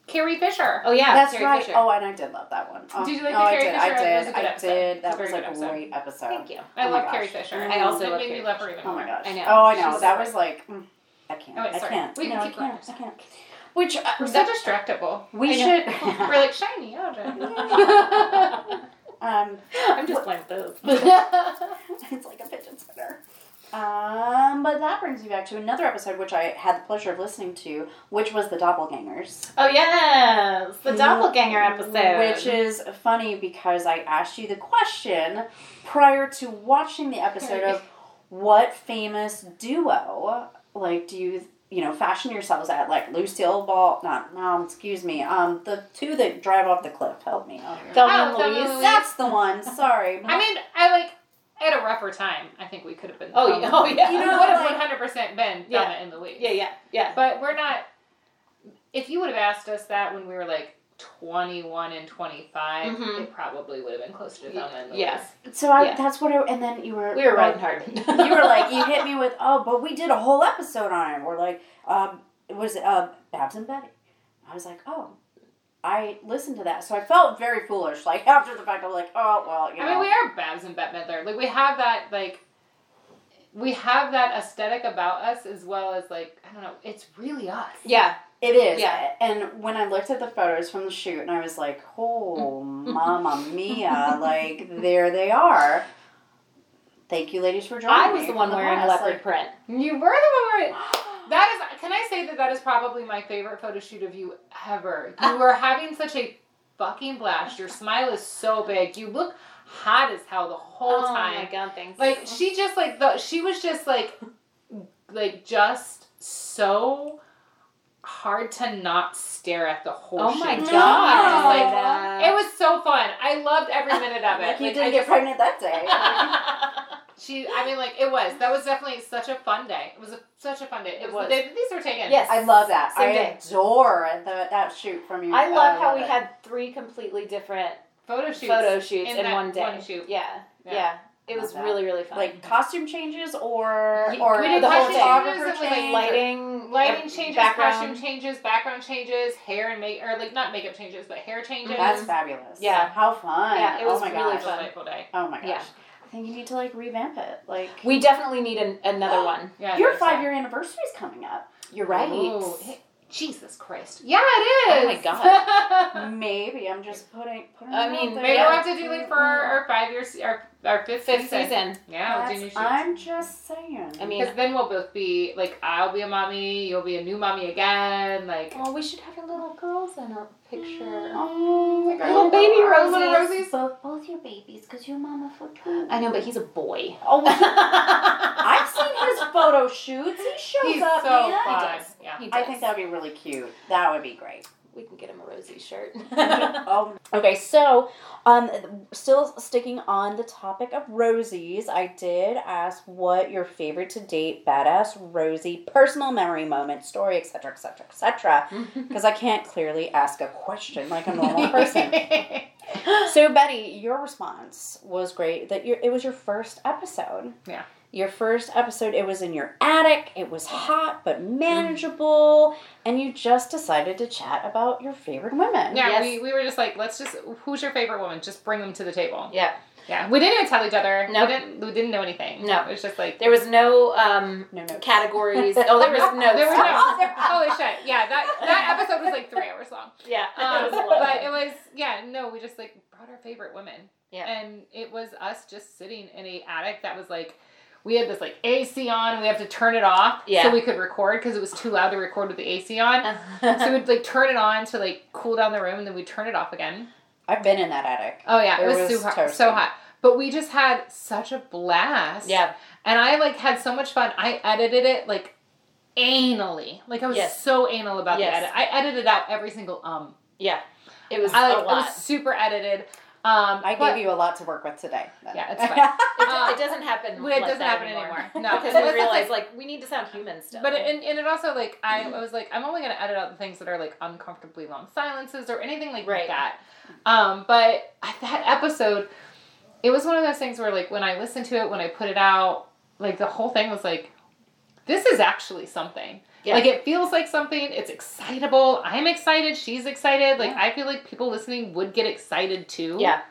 Carrie Fisher. Oh yeah, That's Carrie right. Fisher. Oh, and I did love that one. Oh, Did you like no, the I Carrie did. Fisher? I That did. was a good I episode. did. That It's a was very a good episode. great episode. Thank you. I Oh my love gosh. Carrie Fisher. Mm. I also Mm-hmm. That love made me Carrie love her Fisher. Oh my gosh. I know. Oh, I know. She's that great. was like, mm, I can't. Oh, wait, I sorry. can't. We no, can I keep can't. I going. can't. Which uh, We're so that- distractible. we I know. should. We're like shiny, oh, um, I'm just playing with those. it's like a pigeon spinner. Um, but that brings me back to another episode which I had the pleasure of listening to, which was the doppelgangers. Oh yes, the doppelganger episode. Which is funny because I asked you the question prior to watching the episode of what famous duo like do you you know fashion yourselves at like Lucille Ball not um excuse me um the two that drive off the cliff help me out here. Thelma Oh, Thelma and Louise. and Louise. That's the one. Sorry. I mean, I like at a rougher time. I think we could have been. Oh, yeah. Oh, yeah. You You know, know, would have like- one hundred percent been Thelma Yeah. and Louise. Yeah, yeah, yeah. But we're not. If you would have asked us that when we were like twenty-one and 25 Mhm. it probably would have been closer to Thelma and Louise. Yes, so I yeah. that's what I and then you were we were riding right. hard. you were like you hit me with oh but we did a whole episode on it. We're like um it was uh Babs and Betty. I was like oh. I listened to that, so I felt very foolish. Like after the fact, I'm like, oh well, you know. I mean, we are Babs and Bette Midler. Like we have that like. We have that aesthetic about us as well as like I don't know. It's really us. Yeah, It is. Yeah. And when I looked at the photos from the shoot and I was like, oh, mama mia, like, there they are. Thank you, ladies, for joining I was me the one for wearing class. leopard Like, print. You were the one where That is. Can I say that that is probably my favorite photo shoot of you ever? You were having such a fucking blast. Your smile is so big. You look hot as hell the whole oh time. my god, thanks. Like she just like the she was just like like just so hard to not stare at the whole. oh my shoot. god, No. like that. It was so fun. I loved every minute of it. like, you Like, didn't I get just- pregnant that day. She, I mean, like it was. That was definitely such a fun day. It was a, such a fun day. It, was. was. The day that these were taken. yes, I love that. Same I day. adore the, that shoot from you. uh, I love how we it. had three completely different photo shoots. Oh, photo shoots in in, that one day. one shoot. Yeah, Yeah. yeah. Love It was that. really, really fun. like costume changes or You- or we did the whole costume changes photographer and, like, change. lighting, Lighting changes, background. costume changes, background changes, hair and make, or like not makeup changes, but hair changes. That's fabulous. Yeah. How fun. Yeah, it oh was my It really gosh. was a fun. delightful day. Oh my gosh. Yeah. I think you need to like revamp it. Like We definitely need an, another one. Yeah, Your there's five that. year anniversary is coming up. You're Ooh, hey, Oh, Jesus Christ. Yeah, it Oh my is. God. Maybe I'm just putting. putting I it mean, out there. Maybe Yeah. we'll have to do like for our, our five years, our, our fifth, Fifth season. Yeah, we'll do new That's, shoots. I'm just saying. I mean, Because then we'll both be like, I'll be a mommy, you'll be a new mommy again. Like, well, we should have your little girls in a picture. oh, Like our little baby girl. Little roses. Rosies. Both, both your babies, because you're mama for two. I know, but he's a boy. Oh, well, I've I've seen his photo shoots. He shows He's up, so man. fun. Yeah. He I does. think that'd be really cute. That would be great. we can get him a Rosie shirt. Oh, okay. So, um, still sticking on the topic of Rosie's, I did ask what your favorite to date badass Rosie personal memory moment, story, etc., etc., etc. because I can't clearly ask a question like a normal person. so Betty, your response was great. That your it was your first episode. Yeah. Your first episode. It was in your attic. It was hot but manageable, and you just decided to chat about your favorite women. Yeah, Yes. we, we were just like, let's just, who's your favorite woman? Just bring them to the table. yeah. Yeah, we didn't even tell each other. Nope. we didn't. We didn't know anything. No. it was just like There was no um, No notes. categories. Oh, there was no. There was no- Oh, there- holy shit. Yeah, that that episode was like three hours long. Yeah, Um, that was a lot. but it was yeah no we just like brought our favorite women Yeah. and it was us just sitting in a attic that was like we had this like AC on we have to turn it off Yeah. so we could record because it was too loud to record with the AC on so Uh, we'd like turn it on to like cool down the room and then we'd turn it off again I've been in that attic. oh yeah it, It was, was so hot so toasty. hot but we just had such a blast yeah, and I like had so much fun. I edited it like anally. Like I was Yes. so anal about Yes. the edit. I edited out every single um. yeah. It was I, a like, it lot. was super edited. Um, I but- gave you a lot to work with today. then. Yeah, it's fine. It, do- Uh, it doesn't happen. well, it like doesn't that happen anymore. No. because That's we the realize like we need to sound human still. But it, and, and it also like I, I was like I'm only gonna edit out the things that are like uncomfortably long silences or anything like Right. that. Um, but I- that episode, it was one of those things where like when I listened to it, when I put it out, like the whole thing was like, this is actually something. Yeah. Like it feels like something. It's excitable. I'm excited. She's excited. Like Yeah. I feel like people listening would get excited too. yeah,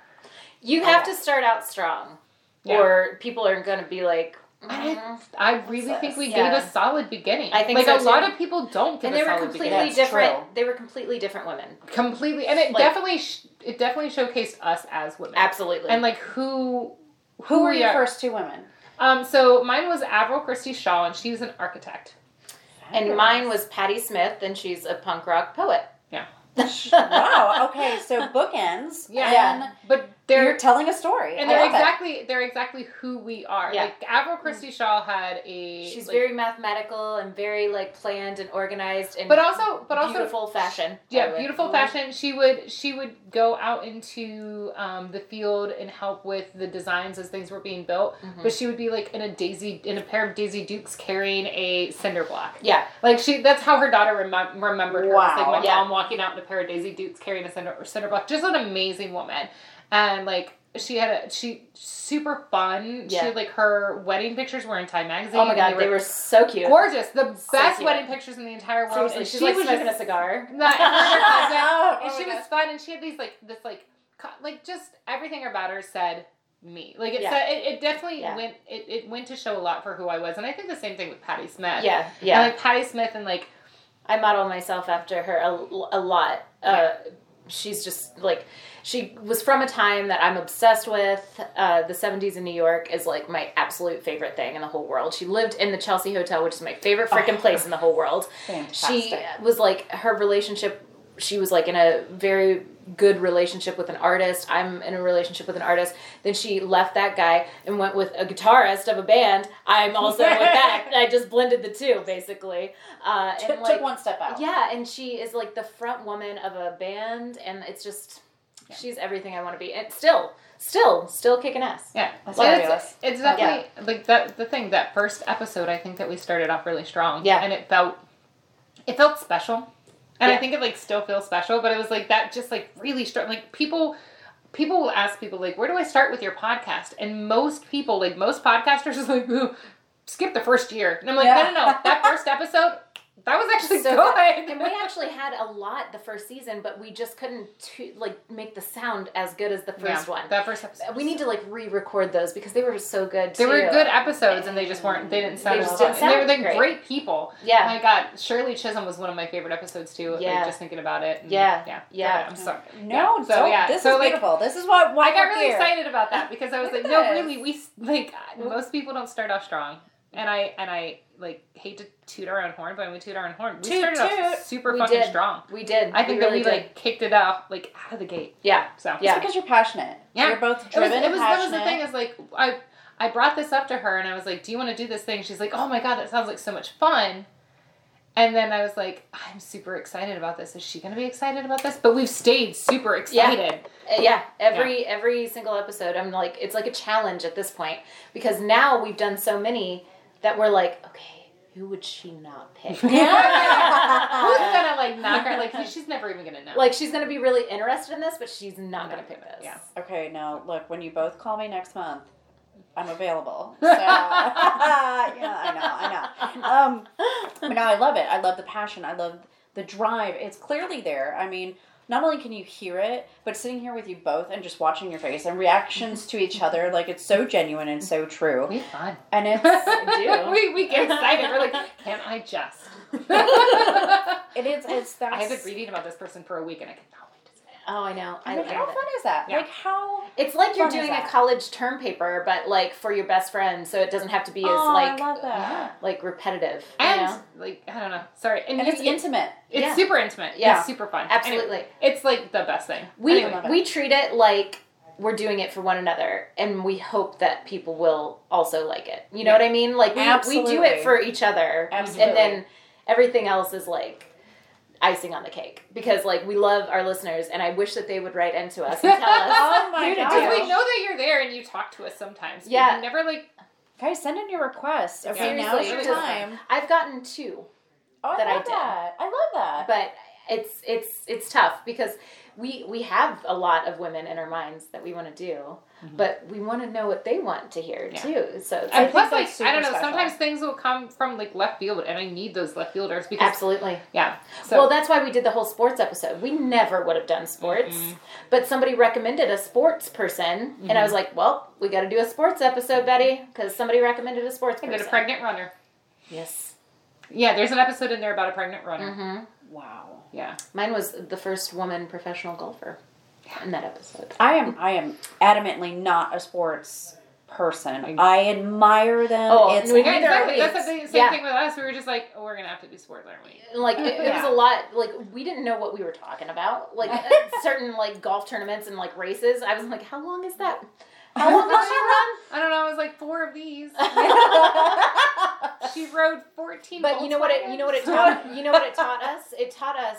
you Oh, have yeah. to start out strong, Yeah. or people are going to be like. I "Mm." I really think we Yeah. gave a solid beginning. I think like so, a lot too. of people don't give And a they were solid completely beginning. That's different. true. They were completely different women. completely and it Like- definitely sh- it definitely showcased us as women Absolutely. and like who Who were we your are. first two women? um so mine was avril christie shaw and she was an architect and mine was Patti Smith, and she's a punk rock poet. Yeah. wow. Okay, so bookends. Yeah. And but you're they're telling a story. and I they're love it. exactly they're exactly who we are Yeah. like avril christie shaw had a She's like- very mathematical and very like planned and organized and but also but also beautiful fashion. I yeah would- beautiful fashion she would she would go out into um, the field and help with the designs as things were being built Mhm. but she would be like in a daisy in a pair of daisy dukes carrying a cinder block Yeah, Like she, that's how her daughter remem- remembered her. It's like Wow. my Yeah. mom walking out in a pair of Daisy Dukes carrying a cinder, cinder block. Just an amazing woman, and like she had a she super fun. Yeah. She like her wedding pictures were in Time magazine. Oh my and god, they were so cute. gorgeous. The So best cute. wedding pictures in the entire world. Seriously, and she's she like was smoking just a cigar. Not, and her and her cousin, Oh, and oh she my was gosh. fun, and she had these like this like co- like just everything about her said me. Like it Yeah. said it, it definitely Yeah. went it, it went to show a lot for who I was, and I think the same thing with Patty Smith. Yeah, And, yeah. like Patty Smith and like I model myself after her a, a lot. Uh, she's just like she was from a time that I'm obsessed with. Uh, the 70s in New York is like my absolute favorite thing in the whole world. She lived in the Chelsea Hotel, which is my favorite freaking place in the whole world. she Oh. Fantastic. was like her relationship she was like in a very good relationship with an artist i'm in a relationship with an artist then she left that guy and went with a guitarist of a band i'm also with that i just blended the two basically uh, Took- and took like, one step Oh. out. yeah and she is like the front woman of a band and it's just she's everything i want to be and still still still kicking ass Yeah, That's And fabulous. it's, it's definitely like that. The thing that first episode, I think that we started off really strong. Yeah. and it felt it felt special, and I Yeah. think it like still feels special. But it was like that, just like really strong. Like people, people will ask people like, "Where do I start with your podcast?" And most people, like most podcasters, is like, "Ooh, "Skip the first year," and I'm like, Yeah. "No, no, no, that first episode." That was actually So good. and we actually had a lot the first season, but we just couldn't tu- like make the sound as good as the first Yeah, one. That first episode. we need to like re-record those because they were so good. They too. were good episodes, and they just weren't. They didn't sound. They as just fun. didn't And they were sound like great. great people. Yeah, Oh My God, Shirley Chisholm was one of my favorite episodes too. Yeah. Like just thinking about it. and- Yeah. yeah, Yeah. I'm sorry. No, Yeah. So, don't. yeah. This So, is like, beautiful. This is what why I got we're really here. excited about that because I was Look like, at no, this. really, we s- like most people don't start off strong, and I and I like hate to toot our own horn, but when we toot our own horn, we Toot, started toot. off super We fucking did. strong. we did. I think we really that we did. like kicked it off like out of the gate. yeah, So It's Yeah. because you're passionate. Yeah. You're both It was, driven it was, and that was passionate. the thing is like I I brought this up to her and I was like, "Do you want to do this thing?" She's like, "Oh my god, that sounds like so much fun." And then I was like, "I'm super excited about this. Is she going to be excited about this?" But we've stayed super excited. Uh, yeah. Every every single episode, I'm like, it's like a challenge at this point because now we've done so many that we're like, okay, who would she not pick? Uh, Who's going to like knock her like she's never even going to know. like she's gonna be really interested in this, but she's not gonna pick this. Yeah. Okay, now look, when you both call me next month, I'm available. So, yeah, I know, I know. Um, but no, I love it. I love the passion. I love the drive. It's clearly there. I mean, not only can you hear it, but sitting here with you both and just watching your face and reactions to each other, like it's so genuine and so true. We have fun. And it's do. we, we get excited. We're like, can I just? it is it's that I have been reading about this person for a week and I cannot wait to see it. Oh, I know. I like, love how it. fun is that? Yeah. Like how It's like you're fun is doing a that? college term paper, but like for your best friend, so it doesn't have to be as oh, like I love that. like repetitive. you And know? like, I don't know. Sorry. And, And you- it's it- intimate. It's Yeah. super intimate. Yeah. Yeah, it's super fun. absolutely. Anyway, it's like the best thing. we Anyway. love it. we treat it like we're doing it for one another and we hope that people will also like it you know Yeah. what i mean like we, we do Absolutely. it for each other Absolutely. and then everything else is like icing on the cake because like we love our listeners and i wish that they would write into us and tell us Oh my Here to gosh. Because we know that you're there and you talk to us sometimes. but Yeah. You never like. Guys, send in your requests. Okay, Yeah. now is your Seriously. time. i've gotten two Oh, I That I love did. that. I love that. but it's it's it's tough because we we have a lot of women in our minds that we want to do but we want to know what they want to hear Mm-hmm. Yeah. too so And it's like- plus, like that's I don't know. super special. Sometimes things will come from like left field, and I need those left fielders because absolutely yeah. So well, that's why we did the whole sports episode. We never would have done sports, but somebody recommended a sports person, and I Mm-hmm. was like, "Well, we got to do a sports episode, Betty, because somebody recommended a sports I person." did a pregnant runner. yes, Yeah, there's an episode in there about a pregnant runner. wow. Yeah. Mm-hmm. mine was the first woman professional golfer in that episode. I am I am adamantly not a sports person. I admire them. Oh, it's we- Yeah, Neither are exactly. we. That's the thing- same Yeah. thing with us. We were just like, oh, we're gonna have to do sports, aren't we? And, Like it, it was Yeah. a lot. Like we didn't know what we were talking about. Like at certain like golf tournaments and like races. I was like, "How long is that? How long did she run?" I don't know. I was like four of these. she rode fourteen. But you know what it you know what it taught you know what it taught us? It taught us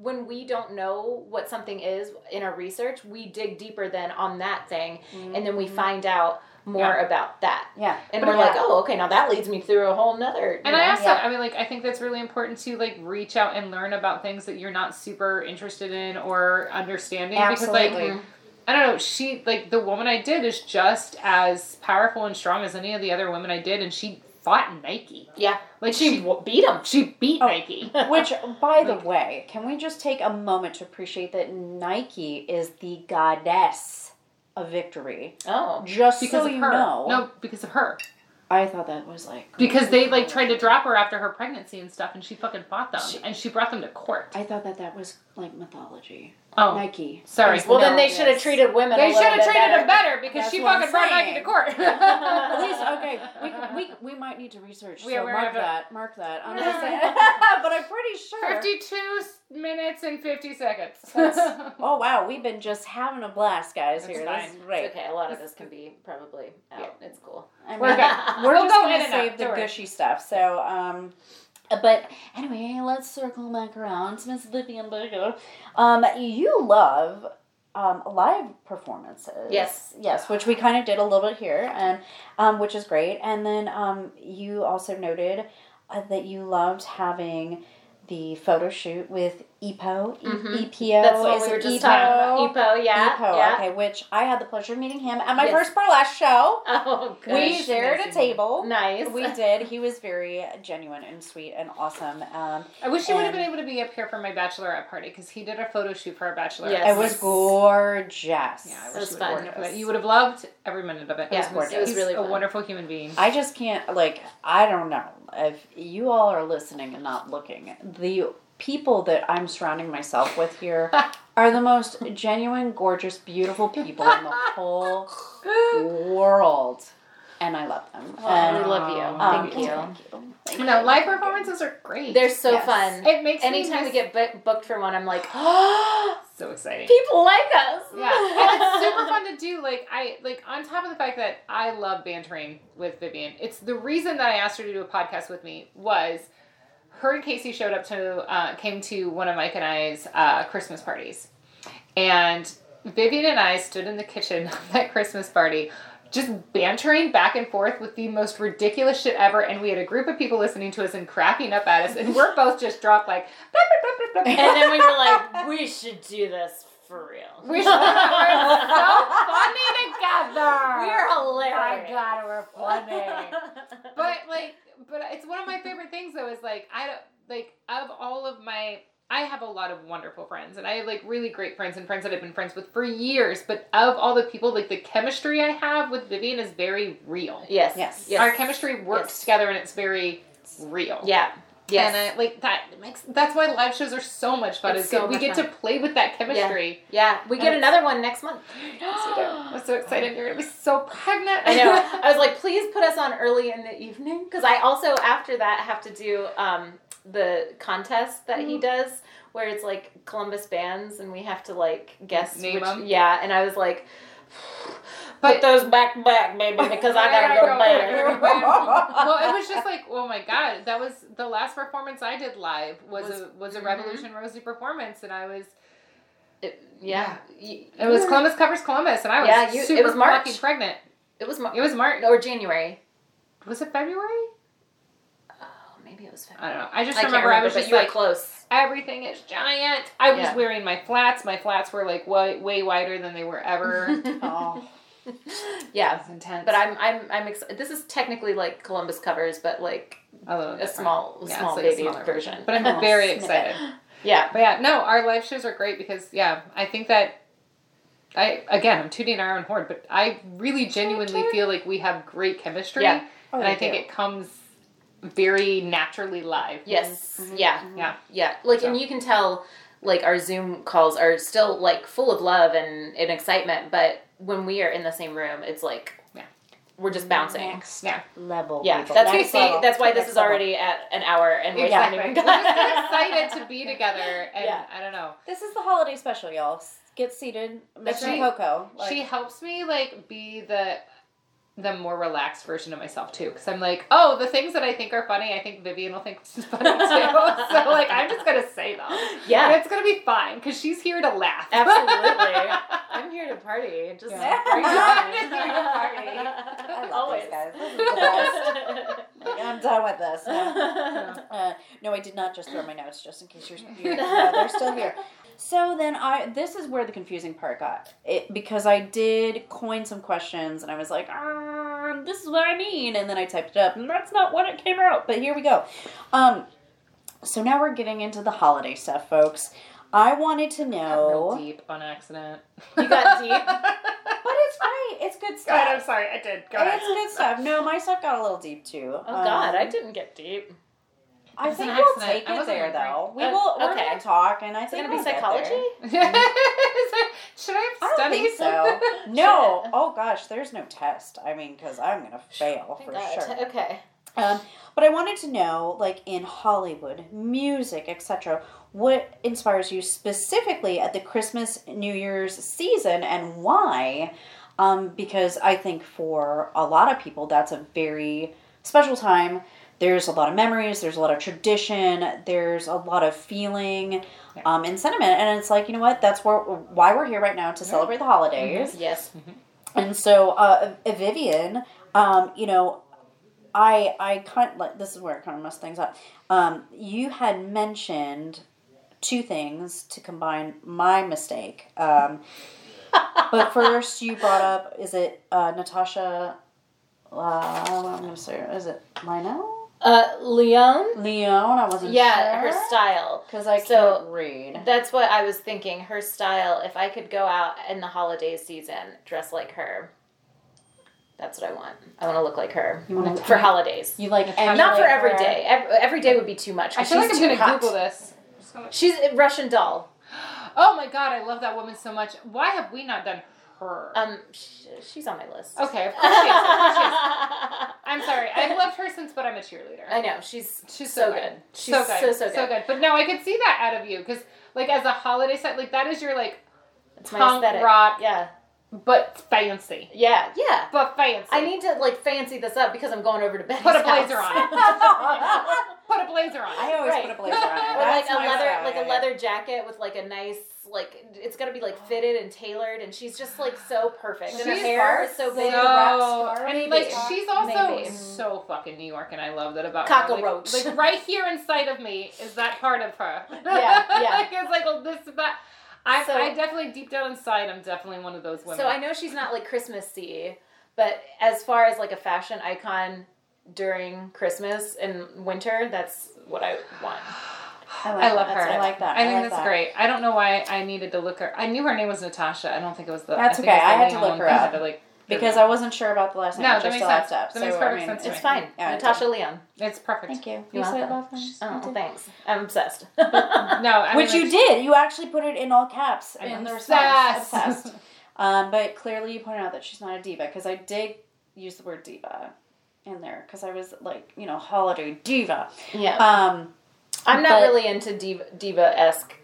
when we don't know what something is in our research, we dig deeper then on that thing and then we find out more Mm-hmm. Yeah. about that. yeah. And we're Yeah. like, oh, okay, now that leads me through a whole nother. you And know? I also, yeah. I mean, like, I think that's really important to like reach out and learn about things that you're not super interested in or understanding. Because, Absolutely. like, I don't know, she, like, the woman I did is just as powerful and strong as any of the other women I did, and she fought Nike. yeah, Like, she, she, w beat him. she beat Oh. Nike. Which, by the way, can we just take a moment to appreciate that Nike is the goddess of victory? Oh, Just Because so of you her. know, No, because of her. I thought that was like Because they, like, tried to drop her after her pregnancy and stuff, and she fucking fought them. She- and she brought them to court. I thought that that was like mythology. Oh, Nike. sorry. well No, then they should have yes. treated women. they should have treated better. her better because That's she what I'm fucking brought Nike saying. to court. At least, okay, we, we, we might need to research. We so are- we're mark gonna- that. Mark that. I'm just saying. but I'm pretty sure. 52 s- minutes and 50 seconds. That's- Oh wow, we've been just having a blast, guys. That's here, fine. this is It's great. okay, a lot of this can be probably out. It's cool. I mean, We're good. We're We'll just go in gonna and out, save the don't worry. gushy stuff. So, um, but anyway, let's circle back around to Miss Vivian Berger. Um, you love um, live performances. Yes. yes, which we kind of did a little bit here, and um, which is great. And then um, you also noted uh, that you loved having. The photo shoot with EPO, E- Mhm. EPO. That's is what we it E were just EPO? talking about. Epo, yeah, Depot, yeah. E okay, which I had the pleasure of meeting him at my Yes. first burlesque show. Oh, good. we shared a table. Nice. We did. He was very genuine and sweet and awesome. Um, I wish you would have And- been able to be up here for my bachelorette party because he did a photo shoot for our bachelorette. Yes. it party. was gorgeous. Yeah, I Yeah, wish It was you would have fun. worked for that. You would have loved every minute of it. Yeah, He's- it was He's really a fun. wonderful human being. I just can't. Like, I don't know if you all are listening and not looking. The people that I'm surrounding myself with here are the most genuine, gorgeous, beautiful people in the whole world, and I love them. And and, we love you. Um, Thank you. Thank you know, live performances are great. They're so Yes. fun. it makes Anytime me we miss- get bu- booked for one, I'm like, oh, so exciting. people like us. Yeah, and it's super fun to do. Like I like on top of the fact that I love bantering with Vivian. It's the reason that I asked her to do a podcast with me was her and Casey showed up to uh, came to one of Mike and I's uh, Christmas parties, and Vivian and I stood in the kitchen of that Christmas party. Just bantering back and forth with the most ridiculous shit ever, and we had a group of people listening to us and cracking up at us, and we're both just dropped like, "Blah, blah, blah, blah, blah." And then we were like, we should do this for real. we should- we're so funny together. We're hilarious. God, we're but like but it's one of my favorite things though is like i don't like of all of my I have a lot of wonderful friends, and I have like really great friends and friends that I've been friends with for years. But of all the people, like the chemistry I have with Vivian is very real. Yes. Yes. Our chemistry works Yes. together, and it's very real. Yeah. Yes. And I, like that makes that's why live shows are so much fun. It's is so that we much get fun. to play with that chemistry. yeah. We get And- another one next month. I'm so excited. You're gonna be so pregnant. I know. I was like, please put us on early in the evening because I also after that have to do um, the contest that Mm-hmm. he does where it's like Columbus bands and we have to like guess Name which. 'em. Yeah, and I was like, But- put those back back, baby, because I gotta go to bed. well, it was just like, oh my god, that was the last performance I did live was Was- a was a mhm. Revolution Rosie performance, and I was It- yeah, Y- it was yeah. Columbus covers Columbus, and I was Yeah, you- it super was March. fucking pregnant. It was Mar- It was March. or January. Was it February? Oh, maybe it was. February. I don't know. I just I can't remember, I remember, was but just you like were close. everything is giant. I was Yeah. wearing my flats. My flats were like way way wider than they were ever. Oh, yeah, That's intense. But I'm I'm I'm excited. This is technically like Columbus covers, but like a, little a different. small Yeah, it's small like a baby smaller version. But I'm very excited. yeah. But yeah, no, our live shows are great because yeah, I think that I again I'm tooting our own horn, but I really genuinely feel like we have great chemistry. Yeah. Oh, and I we think do. it comes very naturally live. Mm-hmm. Yes. Yeah. Yeah. Yeah. Like and So. you can tell like our Zoom calls are still like full of love and, and excitement, but when we are in the same room, it's like Yeah. we're just bouncing. Yeah. Level. Yeah, people. that's Next see. level. That's why this Next is level. already at an hour, and we're Exactly. exactly. We're just excited to be together and Yeah. I don't know. This is the holiday special, y'all. S- Get seated, That's Mr. right. Coco. Like, she helps me like be the the more relaxed version of myself too because i'm like oh the things that i think are funny i think vivian will think is funny too so like i'm just gonna say them Yeah. And it's gonna be fine because she's here to laugh Absolutely. I'm here to party. Just Yeah. I'm just here to party. I love Always. these guys. This is the best. Like, I'm done with this. No. Uh, no, I did not just throw my notes, just in case you're. you're no, they're still here. So then I. This is where the confusing part got it because I did coin some questions and I was like, um, this is what I mean, and then I typed it up and that's not what it came out. But here we go. Um, so now we're getting into the holiday stuff, folks. I wanted to Got real know. deep on accident You got deep? But it's right. It's good go ahead i'm stuff. sorry i did go ahead It's good stuff. No, my stuff got a little deep too. Oh God, I didn't get deep. I was think an we'll accident. take I it wasn't there wondering. though. We Uh, will. We're okay. gonna talk, and I Is it think gonna be we'll get psychology? there. should i I have don't studied think so. Shit. No. Oh gosh, there's no test. I mean, because I'm gonna fail oh, for Got it. sure. Okay. Um, but I wanted to know, like in Hollywood, music, etc., what inspires you specifically at the Christmas New Year's season and why? Um, because I think for a lot of people, that's a very special time. There's a lot of memories, there's a lot of tradition, there's a lot of feeling um, and sentiment. And it's like, you know what? That's where, why we're here right now to celebrate the holidays. Yes. And so, uh, Vivian, um, you know, I I kind like this is where I kind of mess things up. Um, you had mentioned two things to combine my mistake. Um, but first, you brought up is it uh, Natasha? Uh, I'm gonna say is it Lino? Uh, Leon. Leon? I wasn't Yeah, sure. her style. because I so- can't read. That's what I was thinking. Her style. If I could go out in the holiday season, dress like her. That's what I want. I want to look like her You wanna- for holidays. You like Not for emulate every her. day. Every, every day would be too much. 'cause i feel she's like i'm too gonna hot. google this She's a Russian doll. oh my god i love that woman so much why have we not done her Um, sh she's on my list. okay of course she is, of course she is. i'm sorry i've loved her since but i'm a cheerleader I know she's She's so so good. good. She's so so good. But no, I could see that out of you because, like, as a holiday set, like that is your like, It's my Punk aesthetic. rock. Yeah. but fancy, Yeah. Yeah. but fancy. I need to like fancy this up because I'm going over to Betty's put a house. blazer on it. Put a blazer on I it. always Right. put a blazer on. Or That's like a my leather, style. like Yeah, a yeah. leather jacket with like a nice, like it's gotta be Oh. like fitted and tailored, and she's just like so perfect. And her She's hair is so big. like a wrap So scarf. and like she's also Maybe. so fucking New York, and I love that about Cockroach. Her. Like, like right here inside of me is that part of her. Yeah, yeah. Like, it's like oh, this that. I, So- I definitely deep down inside, I'm definitely one of those women. So I know she's not like Christmassy, but as far as like a fashion icon during Christmas and winter, that's what I want. I love that. That's- her. I like that. I think like that's that. great. I don't know why I needed to look her. I knew her name was Natasha. I don't think it was the. That's think it was okay. the I had to legal look one her that up had to, like, because I wasn't sure about the last name. No, which that I makes still have sense. to up, That so, makes I perfect mean, sense to it's- It's fine. Yeah, I Natasha Leon. It's perfect. Thank you. You You're said it welcome. last time. Oh, thanks. I'm obsessed. No, I Which mean, you did. You actually put it in all caps I'm in the response. obsessed. Obsessed. um, but clearly you pointed out that she's not a diva because I did use the word diva in there because I was like, you know, holiday diva. yeah. Um, I'm not But- really into diva diva esque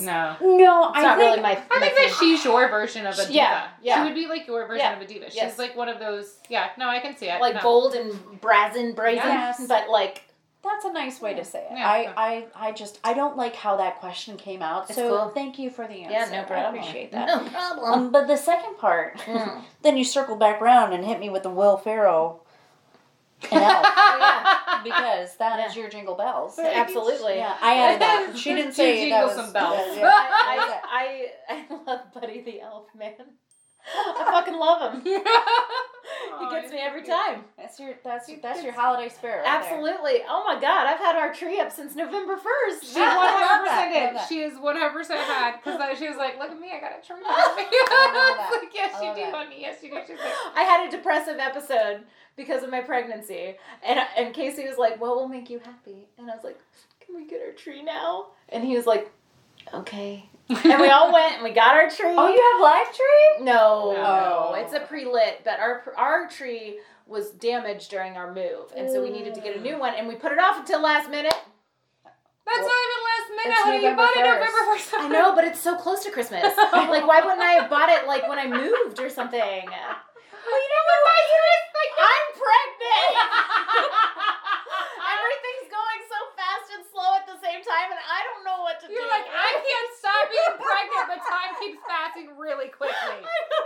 No. no, It's I not think really my. I think my that she's your version of a diva. Yeah, yeah. She would be like your version Yeah, of a diva. She's yes. like one of those. Yeah, no, I can see it. like no. bold and brazen, brazen, Yes. but like That's a nice way to say it. Yeah. I, I, I just I don't like how that question came out. It's so cool. thank you for the answer. Yeah, no problem. I appreciate that. no problem. Um, but the second part, Mm. then you circled back around and hit me with the Will Ferrell and Elf Oh, because that is Yeah. your jingle bells. yeah, absolutely. Yeah, I added that. She didn't say Two that jingles was and bells. yeah, yeah. I, I I love Buddy the Elf Man. I fucking love him. Aw, he gets Oh, me he's every so cute. time. That's your that's your, that's your holiday spirit. right there. Absolutely. Oh my god, I've had our tree up since November first. She 100% that. I love did. that. She is 100% had because she was like, look at me, I got a tree. I love like, yes, I you love do, that. honey. Yes, you do. She's like, I had a depressive episode because of my pregnancy, and and Casey was like, "What will make you happy?" And I was like, "Can we get our tree now?" And he was like, "Okay." And we all went and we got our tree. Oh, you have live tree? No, No. no, it's a pre-lit, but our our tree was damaged during our move, and so we needed to get a new one, and we put it off until last minute. That's Well, not even last minute, it's honey. You November bought it 1st. November 1st. I know, but it's so close to Christmas. Like, why wouldn't I have bought it like when I moved or something? Well, you know what? I'm pregnant. Everything's going so fast and slow at the same time, and I don't know what to do. You're like, I can't stop being pregnant, but time keeps passing really quickly.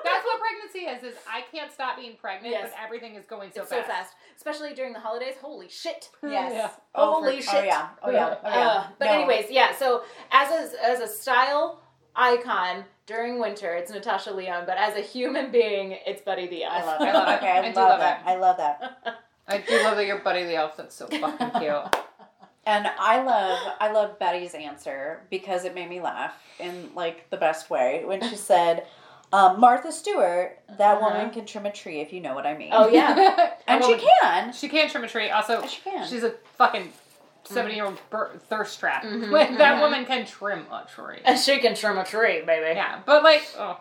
That's what pregnancy is, is I can't stop being pregnant, Yes. but everything is going so it's fast. so fast, especially during the holidays. Holy shit! Yes. Yeah. Oh, Holy for- Oh shit. yeah. Oh yeah. Oh, yeah. Uh, but No. anyways, yeah. So as a, as a style icon during winter, it's Natasha Leon. But as a human being, it's Buddy the Elf. I love I that. love it. Okay, I, I love, do love that. it. I love that. I do love that your buddy the elf. That's so fucking cute. And I love I love Betty's answer because it made me laugh in like the best way when she said, um, Martha Stewart, that Uh-huh. woman can trim a tree if you know what I mean. Oh yeah. And she can. She can trim a tree. Also, She can. she's a fucking Mm-hmm. seventy-year-old bir- thirst trap. Mhm, Like, that mhm. woman can trim a tree. And she can trim a tree, baby. Yeah, but like, oh,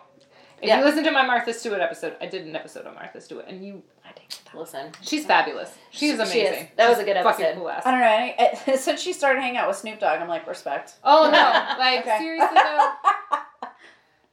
if Yeah. you listen to my Martha Stewart episode, I did an episode on Martha Stewart, and you, I think Listen, she's fabulous. She's She- she amazing. is. That was a good She's Fucking episode. cool ass. I don't know. Any, eh, since she started hanging out with Snoop Dogg, I'm like respect. Oh no! Like Okay. seriously though,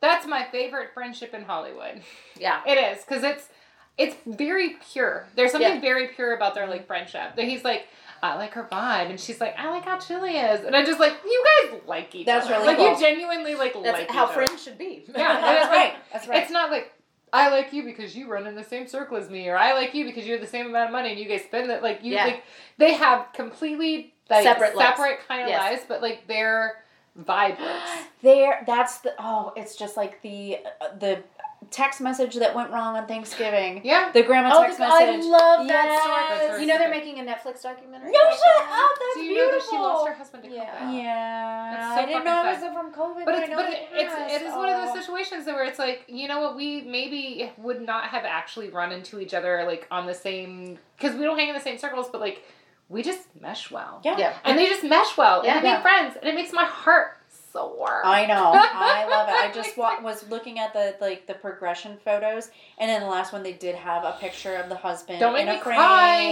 that's my favorite friendship in Hollywood. yeah. It is because it's it's very pure. There's something Yeah. very pure about their like friendship. That he's like, I like her vibe, and she's like, I like how chill he is, and I'm just like, you guys like each That's other. really like cool. you genuinely like That's like how each other. friends should be. Yeah, That's it's like- right. That's right. It's not like I like you because you run in the same circle as me, or I like you because you have the same amount of money and you guys spend it. Like you, Yeah. like they have completely like, Separate lives. separate kind of Yes. lives, but like their vibe works. there. That's the. Oh, it's just like the uh, the text message that went wrong on Thanksgiving. Yeah. The grandma Oh, text the- I message. love Yes. that That's her story. You know they're secret. making a Netflix documentary. No, shut up. oh, That's Do you beautiful. know that she lost her husband to Yeah. COVID? Yeah, That's so I didn't fucking know it was sad. from COVID. But I it's know but it it, it's has. it is one of Oh. those situations though where it's like you know what we maybe would not have actually run into each other like on the same because we don't hang in the same circles but like we just mesh well Yeah. Yeah. and they just mesh well Yeah. and they make friends and it makes my heart soar. I know. I love it. I just wa- was looking at the like the progression photos, and then the last one they did have a picture of the husband Don't in make a me frame.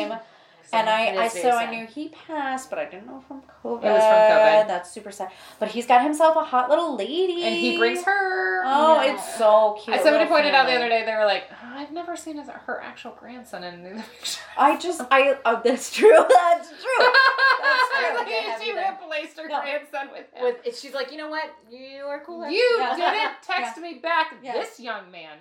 cry. And It I, I is very so I sad. knew he passed, but I didn't know from COVID. It was from COVID. Uh, That's super sad. But he's got himself a hot little lady, and he brings her. Oh, Yeah. it's so cute. I- somebody Little pointed out the family. other day. They were like, "Oh, "I've never seen his, her actual grandson in the picture." I just I oh, that's true. That's true. I was I like, think I have she either. replaced her No. grandson with him. With she's like, you know what? You are cooler. you Yeah. didn't text me back. Yeah. This young man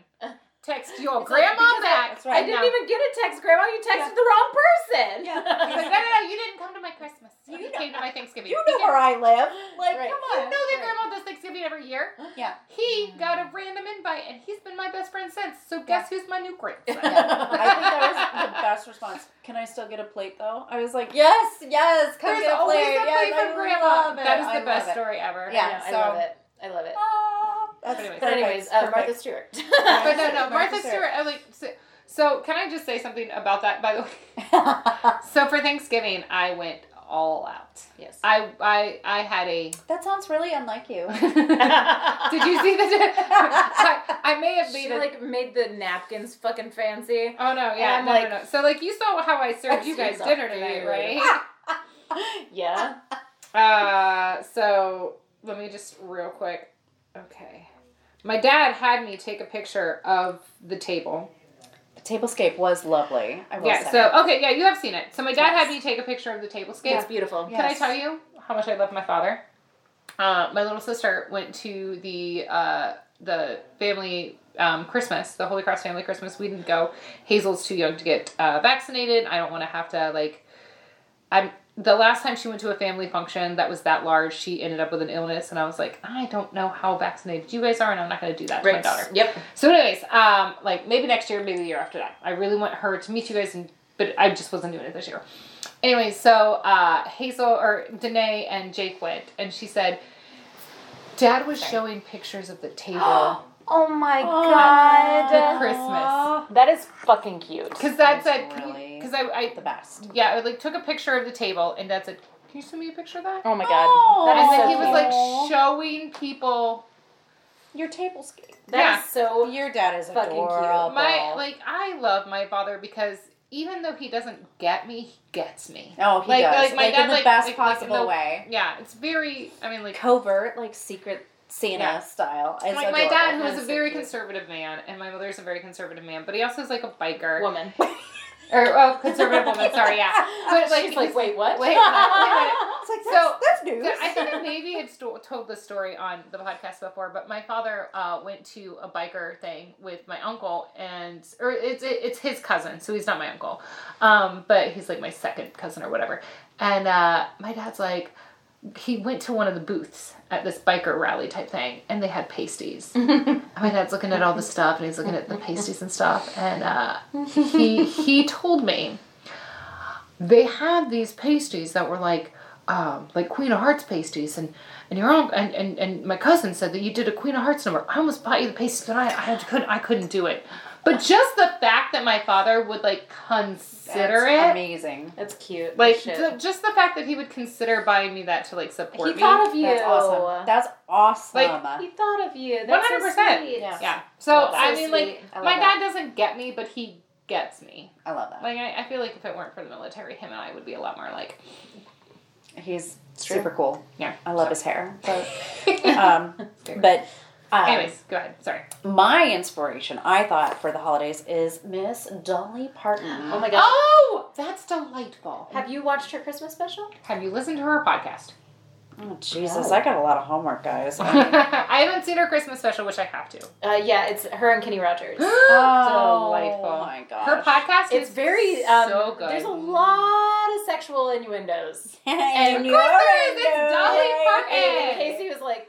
text your It's like, grandma because I- back. that's I right. And didn't now- even get a text, Grandma. You texted the wrong person. Yeah. He's like, no, no, no, you didn't come to my Christmas. You, You came to my Thanksgiving. You know where I live. Like, Right. come No, on. that Right. grandma does things Thanksgiving every year. Yeah. Mm-hmm. He got a random invite, and he's been my best friend since. So guess who's my new grandson? I think that was the best response. Can I still get a plate though? I was like, yes, yes, come There's get a always plate. a plate yes, I from grandma. love it. That is I the best love it. story ever. Yeah, I, know, so- I love it. I love it. Ah, that's Anyways. But perfect, anyways, uh, perfect. Martha Stewart. But no, no, Martha Martha Stewart. Stewart. I like. So, so can I just say something about that? By the way, so for Thanksgiving, I went all out. yes. I I I had a. that sounds really unlike you. Did you see the? I, I may have She made a like made the napkins fucking fancy. Oh no, yeah, I'm no, like- no, no. So like you saw how I served you guys Excuse dinner me. tonight, right? Yeah. uh, so let me just real quick. Okay, my dad had me take a picture of the table. Tablescape was lovely. I will yeah. say. So okay, yeah, you have seen it. So my dad had me take a picture of the table scape. It's beautiful. Yeah. Can I Yes. tell you how much I love my father? Uh, my little sister went to the uh, the family um, Christmas, the Holy Cross family Christmas. We didn't go. Hazel's too young to get uh, vaccinated. I don't want to have to like. I'm the last time she went to a family function that was that large. She ended up with an illness, and I was like, I don't know how vaccinated you guys are, and I'm not going to do that to my daughter. Yep. So, anyways, um, like maybe next year, maybe the year after that. I really want her to meet you guys, and but I just wasn't doing it this year. Anyway, so uh, Hazel or Danae and Jake went, and she said, "Dad was showing pictures of the table Oh my at god. Christmas That is fucking cute. because Dad said, really because I, I the best. Oh yeah, I like took a picture of the table, and Dad said, "Can you send me a picture of that?" Oh my god. that and is then so he was like cute. showing people Your tablescape. yeah. that is so Your dad is Fucking cute. adorable. my like I love my father because even though he doesn't get me, he gets me. oh, he like- does. like Like, my in dad, the like- best like- like in possible the- way. Yeah, it's very. I mean, like Covert, like secret Santa Yeah. style. It's like my dad, adorable. who is It's a so very cute. conservative man, and my mother's a very conservative man, but he also is like a biker woman. or oh, conservative woman. Sorry, yeah. But like, She's like, wait, what? wait, wait, wait, wait. It's like So- that's, that's news. So I think maybe it's to- told the story on the podcast before, but my father uh, went to a biker thing with my uncle, and or it's it, it's his cousin, so he's not my uncle, um, but he's like my second cousin or whatever. And uh, my dad's like, he went to one of the booths at this biker rally type thing, and they had Mm-hmm. pasties. And Oh, my dad's looking at all the stuff, and he's looking at the pasties and stuff, and uh, he he told me they had these pasties that were like um, like Queen of Hearts pasties and and your uncle and, and, and my cousin said that you did a Queen of Hearts number. I almost bought you the pasties, but I, I had- couldn't I couldn't do it. But just the fact that my father would like consider That's it, amazing. That's cute. like Shit. ju- just the fact that he would consider buying me that to like support he me. thought of you. That's awesome. That's awesome. he thought of you. One That's hundred 100%. percent. So yeah. Yeah. So That's so I mean, like sweet. I love my that. dad doesn't get me, but he gets me. I love that. Like I, I feel like if it weren't for the military, him and I would be a lot more like He's super cool. yeah. I love his hair. But, um, but um, Anyways, go ahead. Sorry. my inspiration, I thought, for the holidays is Miss Dolly Parton. Oh my god. Oh, that's delightful. Have you watched her Christmas special? Have you listened to her podcast? Oh, Jesus, I got a lot of homework, guys. Oh I haven't seen her Christmas special, which I have to. Uh, yeah, it's her and Kenny Rogers. Oh Delightful. my gosh. Her podcast Oh It's is very um, so good. There's a lot of sexual innuendos. and Of course there is. It's Dolly Parton. And Casey was like,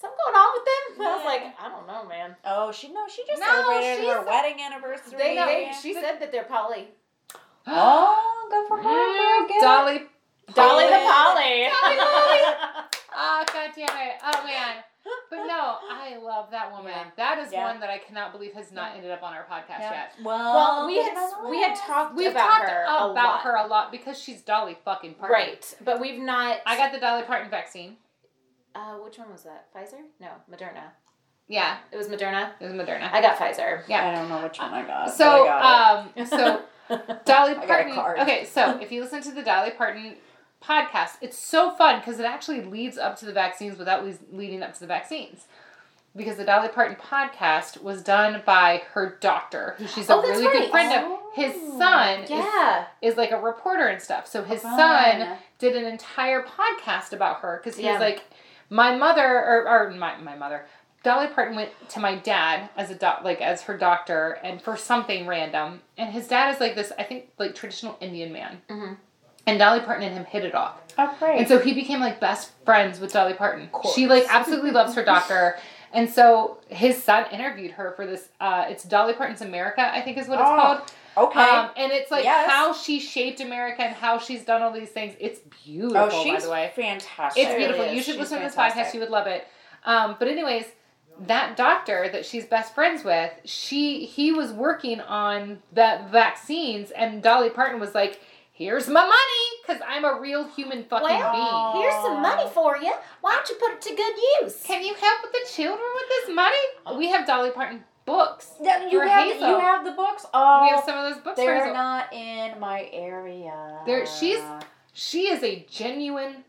"Something going on with them?" I was like, "I don't know, man." Oh, she no, she just No, celebrated she's- her wedding anniversary. They, they She- she said that they're poly. oh, go for her, girl. Get it. Mm, Dolly. Dolly the Dolly. poly. Dolly Poly. Oh, God damn it. Oh, man. But no, I love that woman. Yeah. That is Yeah. one that I cannot believe has not ended up on our podcast Yeah. yet. Well, well, we get had it on the we had list. talked We've about talked her a about lot. her a lot because she's Dolly fucking Parton. right? But we've not. I got the Dolly Parton vaccine. Uh, which one was that? Pfizer? No, Moderna. Yeah, It was Moderna. it was Moderna. I got Pfizer. I don't know which one I got. Uh, So, but I got um, so Dolly got a Parton. card. Okay, so if you listen to the Dolly Parton podcast, it's so fun because it actually leads up to the vaccines without le- leading up to the vaccines. Because the Dolly Parton podcast was done by her doctor, who she's a Oh, that's really good right. friend of. His Oh, son is- Yeah. is, like a reporter and stuff. So his Fun. son did an entire podcast about her because he Yeah. was like, my mother or, or my, my mother dolly parton went to my dad as a doc like as her doctor and for something random and his dad is like this i think like traditional indian man Mhm. and Dolly Parton and him hit it off. Oh, great. And so he became like best friends with Dolly Parton. She like absolutely loves her doctor. And so his son interviewed her for this. Uh, it's Dolly Parton's America, I think is what it's Oh, called. okay. Um, and it's like Yes. how she shaped America and how she's done all these things. It's beautiful, oh, she's by the way. fantastic. It's beautiful. is. You should She's listen to this podcast. fantastic. You would love it. Um, but anyways, that doctor that she's best friends with, she he was working on the vaccines, and Dolly Parton was like, "Here's my money, because I'm a real human fucking Well, being." here's some money for you. Why don't you put it to good use? Can you help with the children with this money? We have Dolly Parton books. Yeah, you for have Hazel. you have the books. Oh, we have some of those books. for they're Hazel. not in my area. There- she's she is a genuine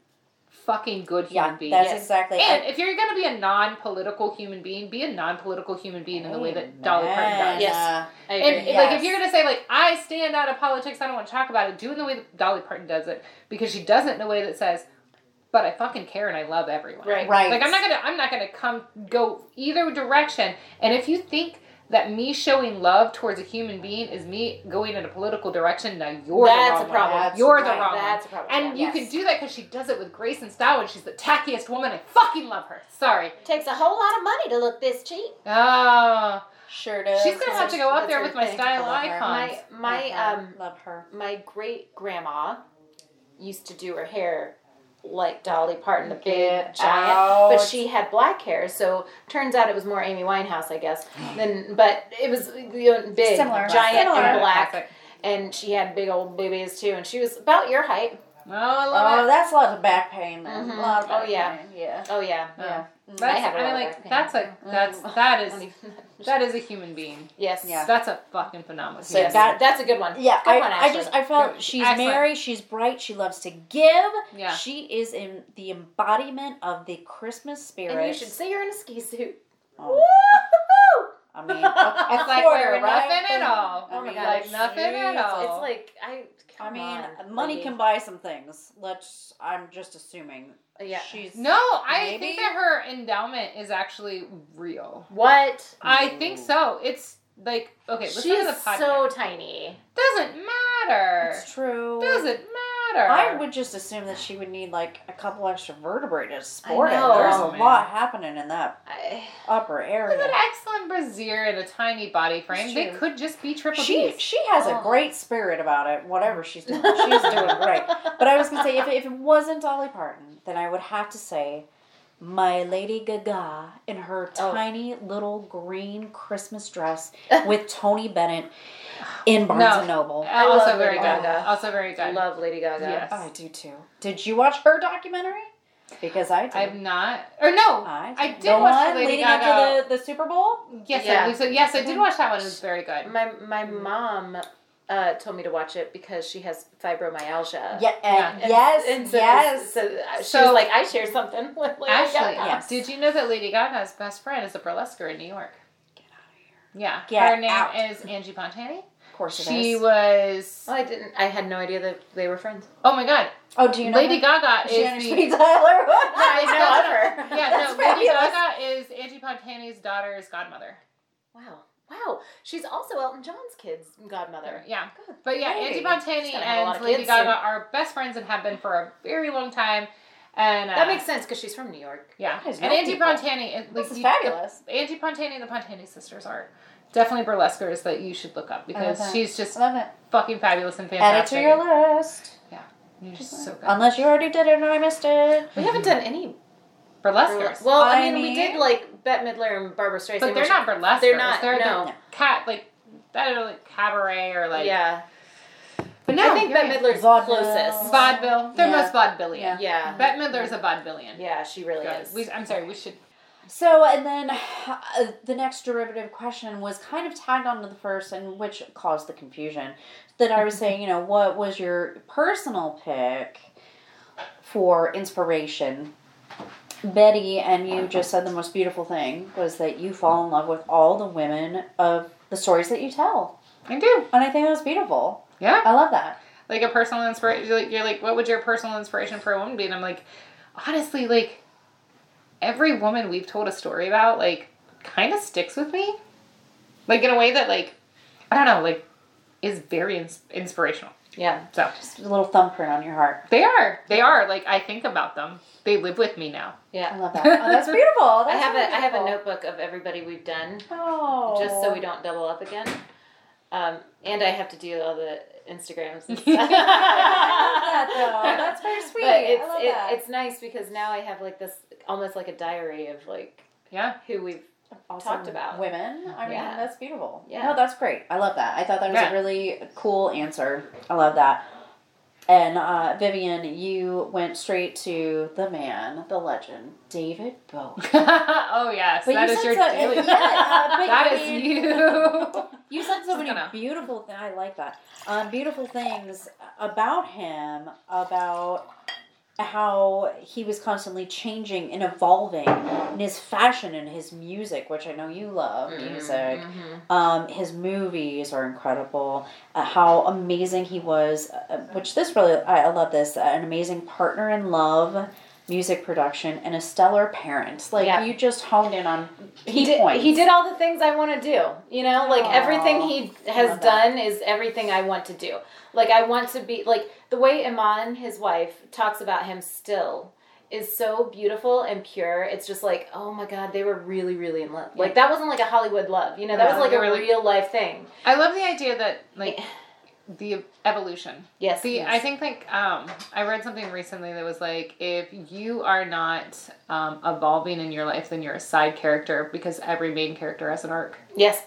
fucking good human yeah. being. that's Yes. exactly. And if you're gonna be a non-political human being, be a non-political human being in the way that Dolly Parton Amen. does. Oh, Yes. I agree. And like, if Yes. you're gonna say like, I stand out of politics, I don't want to talk about it, do it in the way that Dolly Parton does it, because she does it in a way that says, "But I fucking care and I love everyone." Right. Right. Like, I'm not gonna, I'm not gonna come go either direction. And if you think that me showing love towards a human being is me going in a political direction, now you're That's the wrong a one. problem. That's You're the right. wrong one. That's a problem. And yeah. you can do that because she does it with grace and style, and she's the tackiest woman. I fucking love her. Sorry. takes a whole lot of money to look this cheap. Oh, sure does. she's gonna have to go up there with my style I love her. icons. My my um love her. my great grandma used to do her hair like Dolly Parton, the big Get giant, out. but she had black hair, so turns out it was more Amy Winehouse, I guess. Than but it was you know, big, Similar. giant, Similar. and black, and she had big old boobies too, and she was about your height. Oh, I love Oh, it. that's a lot of back pain. Then. Mhm. Lot of back Oh, yeah. pain, Mm-hmm. yeah. Oh yeah, Yeah. Mm, That's, I, I have a mean, lot of like back pain. that's a that's that is that is a human being. yes, Yeah. That's a fucking phenomenon. So Yes. that- that's a good one. Yeah, good I, one, I Ashley. just I felt Good. she's Excellent. merry, she's bright, she loves to give. yeah. She is in the embodiment of the Christmas spirit. And you should see her in a ski suit. Oh, I mean, a, a It's like quarter, we're right? nothing at all. I Oh my mean, gosh. Like nothing at Jesus. all. It's like I. Oh. I come mean, on, money lady. can buy some things. Let's. I'm just assuming. Yeah. She's no, I Maybe. think that her endowment is actually real. What? I think so. It's like okay, listen She's to the podcast. so tiny. Doesn't matter. It's true. Doesn't matter. I would just assume that she would need like a couple extra vertebrae to support it. know. There's a Oh, man. lot happening in that I, upper Look at area. excellent brazier in a tiny body frame. It's They true. could just be triple She B's. she has a Oh. great spirit about it. Whatever she's doing, she's doing great. But I was gonna say, if, if it wasn't Dolly Parton, then I would have to say, my Lady Gaga in her Oh. tiny little green Christmas dress with Tony Bennett in Barnes No. and Noble. Uh, also love very Lady good. Gaga. Also very good. love Lady Gaga. Yes. I do too. Did you watch her documentary? Because I did. I'm not. Or no. I, I did the watch the one Lady leading Gaga- up to the, the Super Bowl. Yes, I Yeah. believe so. Yes, Mm-hmm. I did watch that one. It was very good. My my mom uh, told me to watch it because she has fibromyalgia. Yeah, Yeah. and- And- yes, And so, yes. So uh, she So- was like, I share something with Lady Ashley, Gaga. Yes. did you know that Lady Gaga's best friend is a burlesquer in New York? Yeah, Get her name out. is Angie Pontani. of course it is. She was. Well, I didn't. I had no idea that they were friends. Oh my God, oh, do you know Lady her? Gaga Is she is Anna the. Sui Tyler? I know know of her. Yeah, That's no, Lady fabulous. Gaga is Angie Pontani's daughter's godmother. Wow. Wow. She's also Elton John's kid's godmother. Yeah, but yeah, Hey, Angie she's Pontani gonna have a and lot of Lady kids Gaga soon. are best friends and have been for a very long time. And uh, That makes sense because she's from New York. yeah, That is and real Angie people. Pontani is like This is you- fabulous. The, Angie Pontani and the Pontani sisters are definitely burlesquers that you should look up because that. she's just Love it. fucking fabulous and Add it fantastic. to your list. You're just so good. Unless you already did it and I missed it. Mm-hmm. We haven't done any. Burlesquers, Well, I, I mean, mean- we did like Bette Midler and Barbara Streisand. but they're which- not burlesquers. They're not. They're no. the cat like that are like cabaret or like. yeah. But no, I think you're Bette right. Midler's Vaudeville. closest. vaudeville. They're Yeah. most vaudevillian. Yeah. Yeah. Bette Midler is a vaudevillian. Yeah, she really Good. is. We, I'm sorry. We should. So, and then uh, the next derivative question was kind of tagged onto the first, and which caused the confusion. That I was saying, you know, what was your personal pick for inspiration? Betty, and you just said the most beautiful thing was that you fall in love with all the women of the stories that you tell. I do. And I think that was beautiful. Yeah. I love that. like a personal inspiration you're like, you're like what would your personal inspiration for a woman be and i'm like honestly like every woman we've told a story about like kind of sticks with me like in a way that like i don't know like is very ins- inspirational Yeah. So Just a little thumbprint on your heart. they are. They are. Like I think about them. They live with me now. I Yeah. love that. Oh, that's beautiful. I That's have a I have a beautiful. notebook of everybody we've done Oh. just so we don't double up again. Um, and I have to do all the Instagrams. and stuff. that, though. That's very sweet. But it's I love it, that. it's nice because now I have like this almost like a diary of like Yeah. who we've Also talked about. women. I mean, Yeah. that's beautiful. Yeah. No, that's great. I love that. I thought that was Yeah. a really cool answer. I love that. And uh, Vivian, you went straight to the man, the legend, David Bowie. oh yes, that is said your so- daily. yeah, uh, but that I is mean, you. You said so Just many gonna- beautiful. Th- I like that. Um, beautiful things about him, about how he was constantly changing and evolving in his fashion and his music, which I know you love Mm-hmm, music. Um, his movies are incredible. Uh, how amazing he was, uh, which this really, I, I love this. Uh, an amazing partner in love, music production, and a stellar parent. Like Yeah. you just honed in on. He key did. points. He did all the things I want to do. You know, like Aw. everything he has Love that. done is everything I want to do. Like I want to be like the way Iman, his wife, talks about him still is so beautiful and pure. It's just like, oh my god, they were really, really in love. Like that wasn't like a Hollywood love. You know, that No, was like they a were, like- real life thing. I love the idea that like the evolution. Yes. See, yes. I think like um, I read something recently that was like, if you are not um, evolving in your life, then you're a side character because every main character has an arc. yes.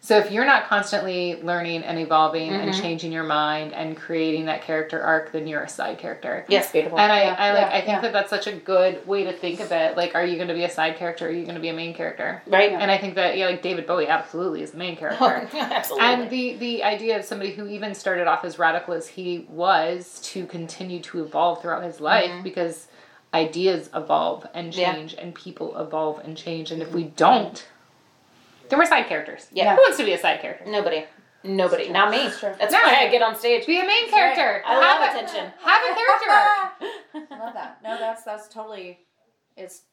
So if you're not constantly learning and evolving and Mm-hmm. changing your mind and creating that character arc, then you're a side character. Yes. Beautiful. And I, Yeah, I like yeah, I think yeah. that that's such a good way to think of it. Like, are you going to be a side character? Or are you going to be a main character? Right. Oh, And I think that yeah, like David Bowie absolutely is the main character. Oh, Absolutely. And the the idea of somebody who even started off as radical as he was to continue to evolve throughout his life because ideas evolve and Mm-hmm. Yeah. change and people evolve and change and if we don't then we're side characters. Yeah. Who wants to be a side character? Nobody. Nobody. Not me. It's true. That's No. why I get on stage. Be a main character. I have love a, attention. Have a character arc. I love that. No, that's that's totally. It's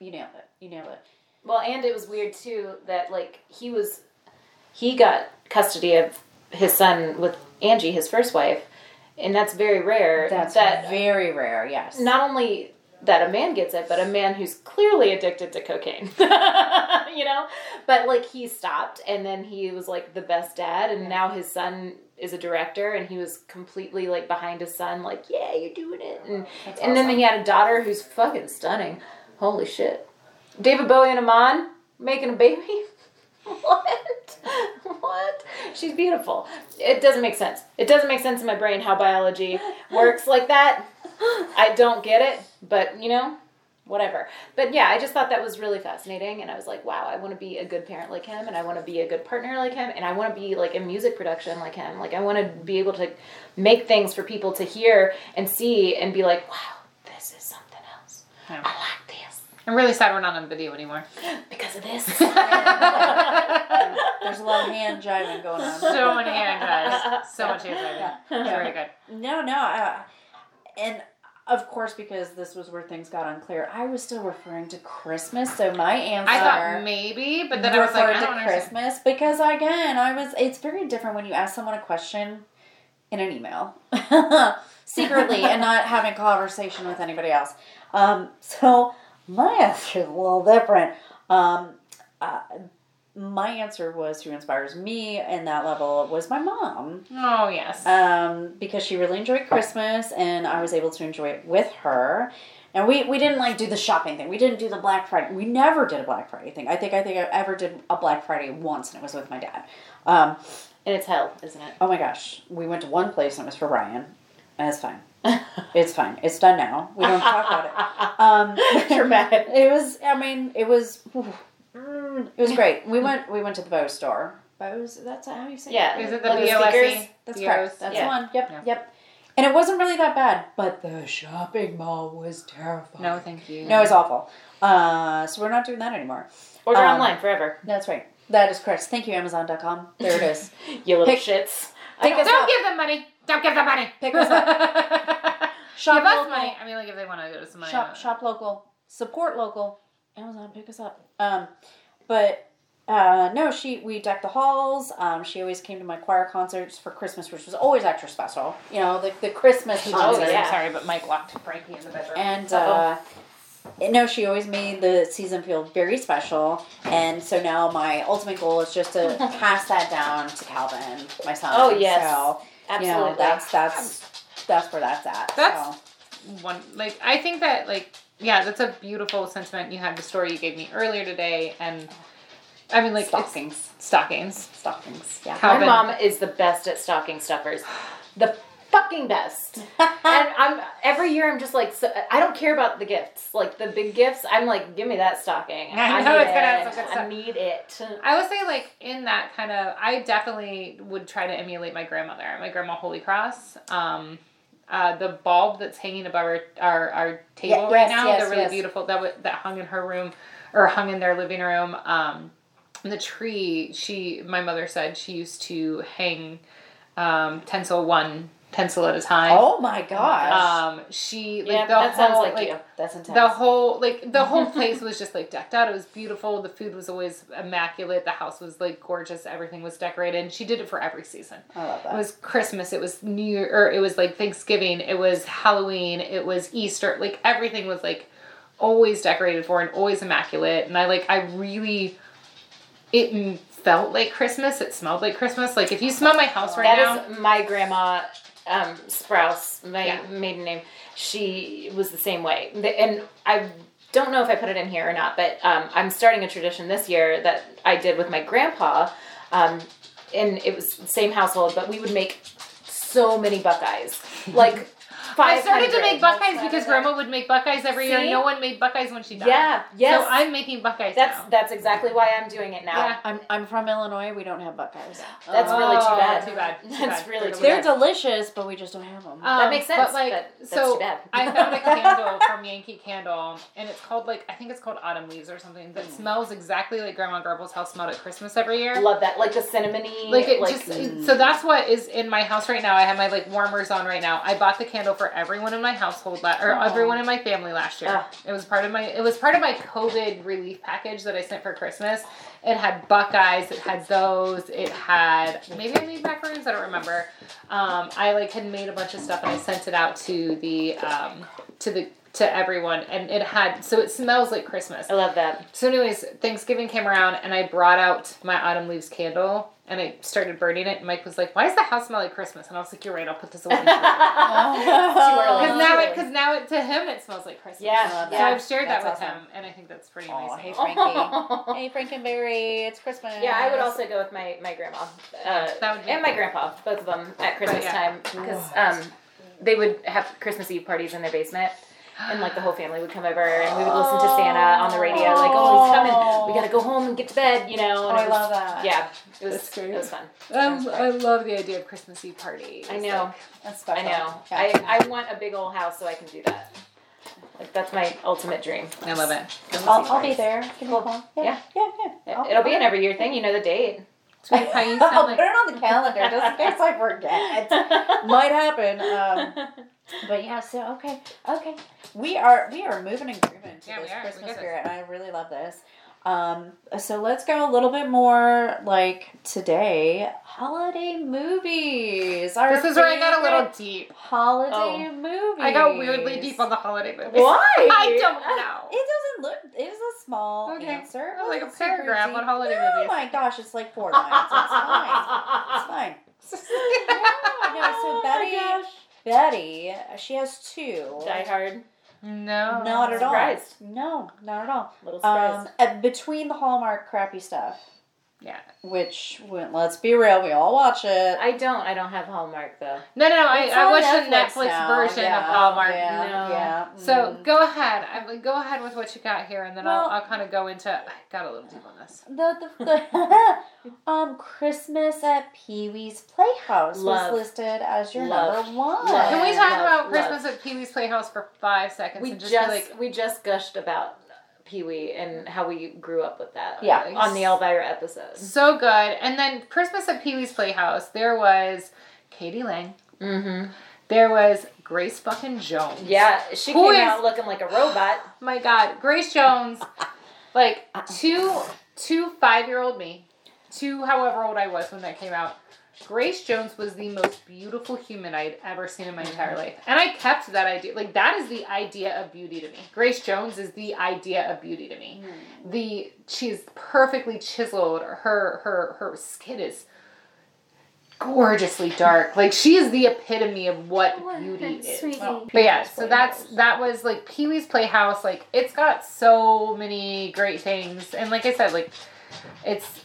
you nailed it. You nailed it. Well, and it was weird too that like he was, he got custody of his son with Angie, his first wife, and that's very rare. That's that very rare. Yes. not only that a man gets it, but a man who's clearly addicted to cocaine. you know, but like he stopped, and then he was like the best dad, and now his son is a director, and he was completely like behind his son, like yeah, you're doing it, and and then he had a daughter who's fucking stunning. Holy shit, David Bowie and Amon making a baby. What? What? She's beautiful. It doesn't make sense. It doesn't make sense in my brain how biology works like that. I don't get it, but you know, whatever. But yeah, I just thought that was really fascinating, and I was like, wow, I want to be a good parent like him, and I want to be a good partner like him, and I want to be like in music production like him. Like I want to be able to make things for people to hear and see and be like, wow, this is something else. I Yeah. like this I'm really sad we're not on video anymore. because of this. There's a lot of hand jiving going on. So many hand guys. So much hand jiving. It's Yeah. very good. No, no. Uh, and of course, because this was where things got unclear, I was still referring to Christmas. So my answer. I thought maybe, but then I was referred like, to I don't understand. Christmas because again, I was. It's very different when you ask someone a question in an email secretly and not having conversation with anybody else. Um, so my answer is a little different. Um, uh, my answer was who inspires me in that level was my mom Oh yes. Uh, um, because she really enjoyed Christmas and I was able to enjoy it with her. And we, we didn't like do the shopping thing. We didn't do the Black Friday. We never did a Black Friday thing. I think I think I ever did a Black Friday once, and it was with my dad. Um, and it's hell, isn't it? oh my gosh, we went to one place and it was for Ryan. And it's fine. it's fine. It's done now. We don't talk about it. Um, Dramatic. it was. I mean, it was. It was great. We went. We went to the Bose store. Bose. That's how you say. it? Yeah. Is it the Like BLSE? speakers? That's Yeah, it was- correct. That's yeah. the one. Yep, Yeah. yep. And it wasn't really that bad, but the shopping mall was terrifying. No, thank you. no, it's awful. Uh, so we're not doing that anymore. Order Um, online forever. That's right. That is correct. Thank you, Amazon.com. There it is. You little pick- shits. Pick us Don't up. give them money. Don't give them money. Pick us up. Shop give us local. money. I mean, like if they want to go to some money. Shop, shop local. Support local. Amazon, pick us up. Um, but Uh, no, she we decked the halls. Um, she always came to my choir concerts for Christmas, which was always extra special. You know, the the Christmas Oh, concert. yeah. Sorry, but Mike locked Frankie in the bedroom. And uh, no, she always made the season feel very special. And so now my ultimate goal is just to pass that down to Calvin, my son. Oh, yes. So, you Absolutely. know, that's that's that's where that's at. That's- so. one like I think that like yeah, that's a beautiful sentiment you had the story you gave me earlier today and I mean like it's- stockings, stockings. stockings. Yeah. Calvin. My mom is the best at stocking stuffers. The fucking best. and I'm every year I'm just like so, I don't care about the gifts. Like the big gifts, I'm like give me that stocking. I know need it's gonna have it. some good I stuff. need it. I would say like in that kind of I definitely would try to emulate my grandmother, my grandma Holy Cross. Um uh, the bulb that's hanging above our our, our table Yeah, right yes, now, yes, the really yes. beautiful that w- that hung in her room or hung in their living room. Um, and the tree, she my mother said she used to hang um, tinsel one tinsel at a time. Oh my gosh. Um, she like yeah, the that whole sounds like, like you. that's intense. the whole like the whole place was just like decked out. It was beautiful. The food was always immaculate. The house was like gorgeous. Everything was decorated. She did it for every season. I love It that. was Christmas. It was New Year. Or it was like Thanksgiving. It was Halloween. It was Easter. Like everything was like always decorated for and always immaculate. And I like I really it m- felt like Christmas. It smelled like Christmas. Like if you smell my house right That now, is my grandma um, Sprouse, my Yeah. maiden name. She was the same way, The- and I don't know if I put it in here or not, but um, I'm starting a tradition this year that I did with my grandpa, um, and it was the same household, but we would make so many Buckeyes, like. I started to 500. make Buckeyes because Grandma would make Buckeyes every year. See? and No one made Buckeyes when she died. Yeah. Yes. So I'm making Buckeyes that's now. that's exactly why I'm doing it now. Yeah. I'm, I'm from Illinois. We don't have Buckeyes. That's really too Oh, bad. Too bad. Too That's bad. really They're too They're bad. delicious, but we just don't have them. Um, That makes sense, But like, but that's so too bad. I found a candle from Yankee Candle, and it's called like I think it's called Autumn Leaves or something. Hmm. That smells exactly like Grandma Garble's house smelled at Christmas every year. Love that, like the cinnamony, like it just so that's what is in my house right now. I have my like warmers on right now. I bought the candle for everyone in my household la- or everyone in my family last year. Ugh. It was part of my it was part of my COVID relief package that I sent for Christmas. It had Buckeyes, it had those, it had maybe I made macaroons, I don't remember. Um, I like had made a bunch of stuff and I sent it out to the um, to the to everyone and it had so it smells like Christmas. I love that. So, anyways, Thanksgiving came around, and I brought out my autumn leaves candle, and I started burning it. And Mike was like, "Why does the house smell like Christmas?" And I was like, "You're right. I'll put this away because early. now it because now it to him it smells like Christmas." Yeah, So yeah. I've shared that That's with awesome. him, and I think that's pretty Aw, amazing. hey Frankie. hey Frankenberry, it's Christmas. Yeah, I would also go with my my grandma uh, That would be- and my grandpa, both of them at Christmas Right, yeah. time because um, they would have Christmas Eve parties in their basement. And like the whole family would come over, and we would listen to Santa on the radio, like, "Oh, he's coming! We gotta go home and get to bed," you know. Oh, And I it was- love that. Yeah, it was That's great. it was fun. Um, I love the idea of Christmas Eve party. I know, That's I special. know. Yeah. I I want a big old house so I can do that. Like that's my ultimate dream. I love it. I'll, I'll be there. Give me a Cool. call. Yeah. Yeah, yeah. I'll- It'll be an every year thing. You know the date. Sweet pie, you I'll sound put like it on the calendar just in case I forget. Might happen. Um, but yeah, so okay, okay. We are we are moving and grooving to Yeah, this we are. We Christmas get it. spirit, and I really love this. Um, so let's go a little bit more like today holiday movies. Our this is where I got a little favorite deep. holiday movie. I got weirdly deep on the holiday movies. Why? I don't know. It doesn't look. It is a small Okay. answer. Oh, like a It's super paragraph deep. on holiday no, movies. my gosh, it's like four lines. It's fine. It's fine. No, Oh so Betty, Betty, she has two. Die Hard. no, Not at all. Surprised. No, not at all. Little surprise. Um, uh, between the Hallmark crappy stuff, Yeah. which well, let's be real, we all watch it. I don't. I don't have Hallmark though. No, no, no. I, It's I on watched the Netflix now. version of Yeah, Hallmark. Yeah, No. yeah. So mm. go ahead. I mean, go ahead with what you got here, and then Well- I'll, I'll kind of go into. I got a little deep on this. the the, the um Christmas at Pee Wee's Playhouse Love. was listed as your Love. number one. Love. Can we talk love, about love. Christmas at Pee Wee's Playhouse for five seconds We and just, just, be like, we just gushed about Pee Wee and how we grew up with that. Yeah. On the Elvira episode. so good? And then Christmas at Pee Wee's Playhouse, there was Katie Lang, Mm-hmm. there was Grace fucking Jones. Yeah. She Who came is- out looking like a robot. my God, Grace Jones, like two to five year old me, to however old I was when that came out, Grace Jones was the most beautiful human I'd ever seen in my entire life. And I kept that idea. Like, that is the idea of beauty to me. Grace Jones is the idea of beauty to me. The she's perfectly chiseled. Her her her skin is gorgeously dark. Like she is the epitome of what beauty is. But yeah, so that's that was like Pee Wee's Playhouse. Like it's got so many great things, and like I said, like it's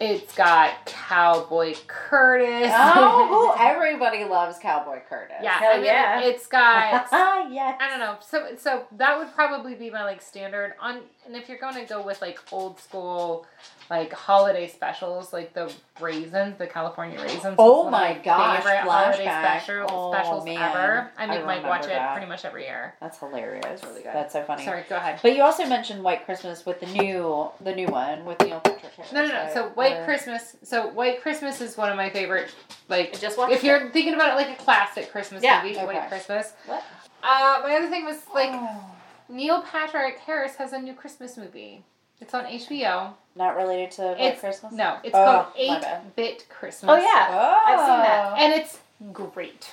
it's got Cowboy Curtis. Oh, who everybody loves Cowboy Curtis. yeah, Hell I mean, yeah. it's got. Ah, yes. I don't know. So so that would probably be my like standard on. And if you're going to go with like old school, like holiday specials, like the raisins, the California raisins. Oh is one of my gosh, Favorite holiday flashback. special, Oh, specials man. ever. I I make Mike remember watch that. it pretty much every year. That's hilarious. That's really good. so funny. Sorry, go ahead. But you also mentioned White Christmas with the new, the new one with Neil Patrick Harris. No, no, no. right? So White Or- Christmas. So White Christmas is one of my favorite. Like I just watched if you're thinking about it like a classic Christmas Yeah, movie, okay. White Christmas. What? Uh, my other thing was like Oh, Neil Patrick Harris has a new Christmas movie. It's on HBO. not related to White It's- Christmas. No, it's Oh, called my Eight bad. Bit Christmas. Oh yeah, Oh, I've seen that. and it's great.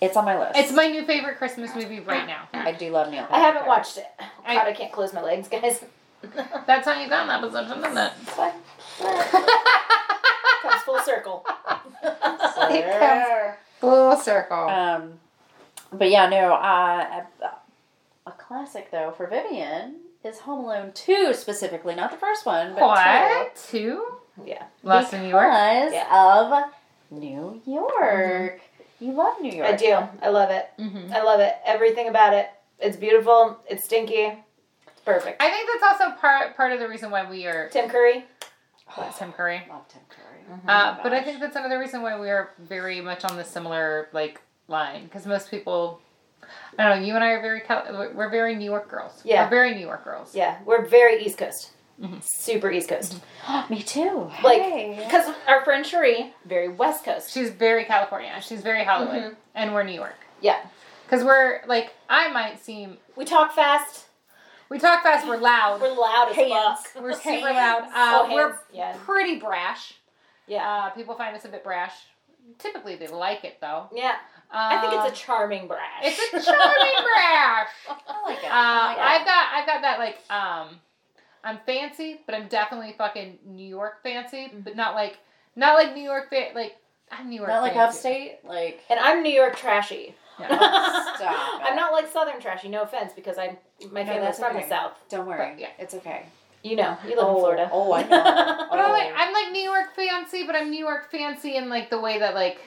It's on my list. It's my new favorite Christmas movie right now. I do love Neil. I haven't Patrick watched it. Oh, I- God, I can't close my legs, guys. That's how you got that position, isn't it? Comes full circle. Harris. um, It Full circle. Um, but yeah, no. Uh, a, a classic though for Vivian is Home Alone Two specifically, not the first one, but two. what? Two? Yeah. Lost in New York? because Yeah. of New York. You love New York. I do. I love it. Mm-hmm. I love it. Everything about it. It's beautiful. It's stinky. It's perfect. I think that's also part part of the reason why we are Tim Curry. Um, That's Tim Curry. Oh, Love Tim Curry. Oh Uh, but I gosh. think that's another reason why we are very much on the similar like line because most people, I don't know. You and I are very Cal- we're very New York girls. Yeah. we're very New York girls. Yeah, we're very East Coast. Mhm. Super East Coast. Me too. Like, because our friend Cherie, very West Coast. She's very California. She's very Hollywood, and we're New York. Mm-hmm. Yeah. Because we're like I might seem We talk fast. we talk fast, we're loud, We're loud as fuck. we're super loud. Uh, Oh, we're hands. Yeah. pretty brash. Yeah. Uh, people find us a bit brash. Typically, they like it though. Yeah. Uh, I think it's a charming brash. it's a charming brash. I like it. Uh, I I've got I've got that like um I'm fancy, but I'm definitely fucking New York fancy, Mm-hmm. but not like not like New York fa- like I'm New York. Not like fancy. upstate. Like and I'm New York trashy. Yeah. Oh, stop it. I'm not like Southern trashy. No offense, because I'm my No, family's that's from okay. the South. Don't worry. But, yeah. It's okay. You know, you live oh, in Florida. Oh, I know. But I'm Oh. like I'm like New York fancy, but I'm New York fancy in like the way that like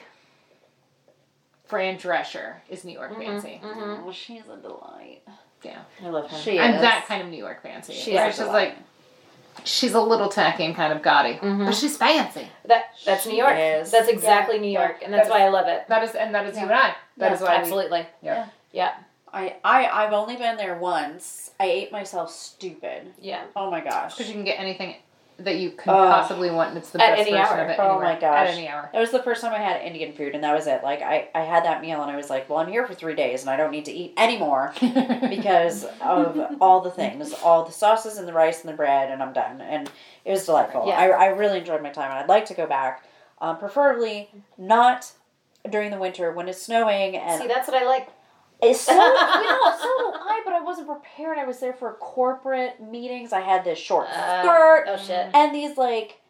Fran Drescher is New Mm-hmm. York fancy. Mhm. Oh, she's a delight. Yeah. I love her. She Mm-hmm. I'm is. that kind of New York fancy. She where is it's a just lot. like she's a little tacky and kind of gaudy, Mhm. Mm-hmm. but she's fancy. That that's She New York. is. That's exactly New Yeah. York, and that's why I love it. That is and that is Yeah. you and I. That Yeah, is why we- Absolutely. Yeah. Yeah. I, I, I've only been there once. I ate myself stupid. Yeah. Oh my gosh. Because you can get anything that you could Ugh. possibly want, and it's the At best any version hour. of it. Oh anywhere, my gosh. At any hour. That was the first time I had Indian food, and that was it. Like, I, I had that meal, and I was like, well, I'm here for three days, and I don't need to eat anymore because of all the things all the sauces, and the rice, and the bread, and I'm done. And it was delightful. Yeah. I, I really enjoyed my time, and I'd like to go back, um, preferably not during the winter when it's snowing and See, that's what I like. It's so you know, so do I, but I wasn't prepared. I was there for corporate meetings. I had this short Uh, skirt oh shit. and these like